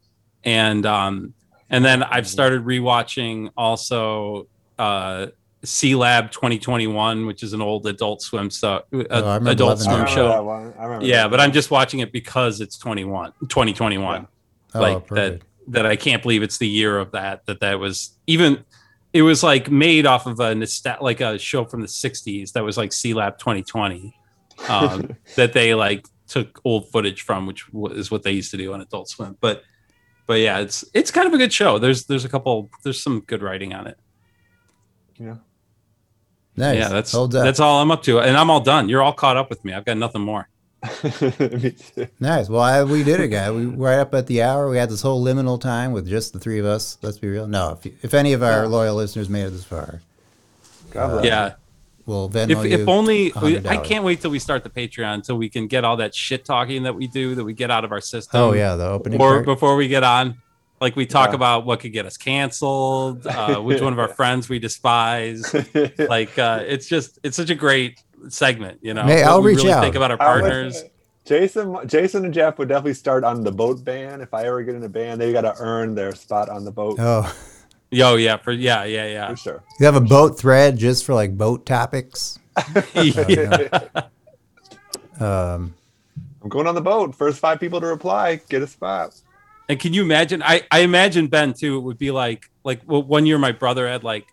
[SPEAKER 4] And um, and then I've started rewatching also uh, C Lab 2021, which is an old Adult Swim so, uh,
[SPEAKER 1] remember loving
[SPEAKER 3] I
[SPEAKER 4] Adult Swim
[SPEAKER 3] remember
[SPEAKER 4] show.
[SPEAKER 3] that one. I remember.
[SPEAKER 4] Yeah,
[SPEAKER 3] that
[SPEAKER 4] but I'm just watching it because it's 21, 2021
[SPEAKER 1] Oh,
[SPEAKER 4] like uh, that
[SPEAKER 1] perfect.
[SPEAKER 4] that I can't believe it's the year of that that that was even it was like made off of a nostal- like a show from the 60s that was like C-Lab 2020 um, that they like took old footage from which wa- is what they used to do on Adult Swim but but yeah it's it's kind of a good show there's there's a couple there's some good writing on it
[SPEAKER 3] Yeah.
[SPEAKER 1] Nice.
[SPEAKER 4] yeah that's
[SPEAKER 1] Holds up.
[SPEAKER 4] that's all I'm up to and I'm all done you're all caught up with me I've got nothing more
[SPEAKER 3] Me too.
[SPEAKER 1] nice. Well, I, we did it, guy. We were right up at the hour. We had this whole liminal time with just the three of us. Let's be real. No, if, you- if any of our loyal listeners made it this far,
[SPEAKER 3] God bless.
[SPEAKER 4] yeah
[SPEAKER 1] we'll Venmo
[SPEAKER 4] if,
[SPEAKER 1] Uh, you.
[SPEAKER 4] if only
[SPEAKER 1] $100.
[SPEAKER 4] I can't wait till we start the Patreon till we can get all that shit talking that we do that we get out of our system.
[SPEAKER 1] oh yeah, the opening.
[SPEAKER 4] Before,
[SPEAKER 1] part.
[SPEAKER 4] before we get on, like we talk
[SPEAKER 3] Yeah.
[SPEAKER 4] about what could get us canceled, uh, which one of our friends we despise. Like uh, it's just it's such a great segment, you know.
[SPEAKER 1] Hey,
[SPEAKER 4] what
[SPEAKER 1] I'll
[SPEAKER 4] we
[SPEAKER 1] reach
[SPEAKER 4] really
[SPEAKER 1] out.
[SPEAKER 4] Think about our
[SPEAKER 3] I would-
[SPEAKER 4] partners.
[SPEAKER 3] Jason, Jason, and Jeff would definitely start on the boat ban. If I ever get in a band, they got to earn their spot on the boat
[SPEAKER 1] Oh,
[SPEAKER 4] Yo, yeah, for yeah, yeah,
[SPEAKER 3] for sure.
[SPEAKER 1] you have a boat thread just for like boat topics.
[SPEAKER 4] yeah. yeah.
[SPEAKER 1] Um,
[SPEAKER 3] I'm going on the boat. First five people to reply get a spot.
[SPEAKER 4] And can you imagine? I, I imagine Ben too. It would be like like well, one year my brother had like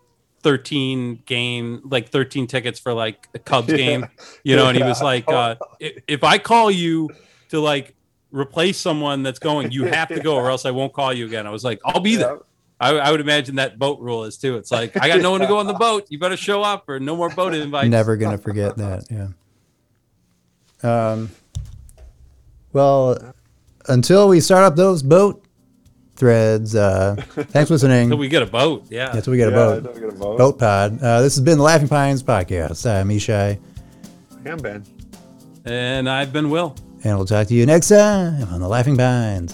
[SPEAKER 4] thirteen game like thirteen tickets for like a Cubs
[SPEAKER 3] Yeah.
[SPEAKER 4] game, you know, and he
[SPEAKER 3] Yeah.
[SPEAKER 4] was like, uh, "I- if I call you to like replace someone that's going, you have to go, or else I won't call you again. I was like, I'll be there. I, I would imagine that boat rule is too. It's like I got no one to go on the boat. You better show up, or no more boat invites.
[SPEAKER 1] never gonna forget that. Yeah. Um, Well, until we start up those boat threads, uh, thanks for listening.
[SPEAKER 4] Till we get a boat. Yeah.
[SPEAKER 1] That's what we get
[SPEAKER 3] Yeah,
[SPEAKER 1] a
[SPEAKER 3] don't
[SPEAKER 1] boat.
[SPEAKER 3] get a vote.
[SPEAKER 1] Boat pod. Uh, this has been the Laughing Pines podcast. I'm Ishai,
[SPEAKER 3] Damn, Ben.
[SPEAKER 4] and I've been Will.
[SPEAKER 1] and we'll talk to you next time on the Laughing Pines.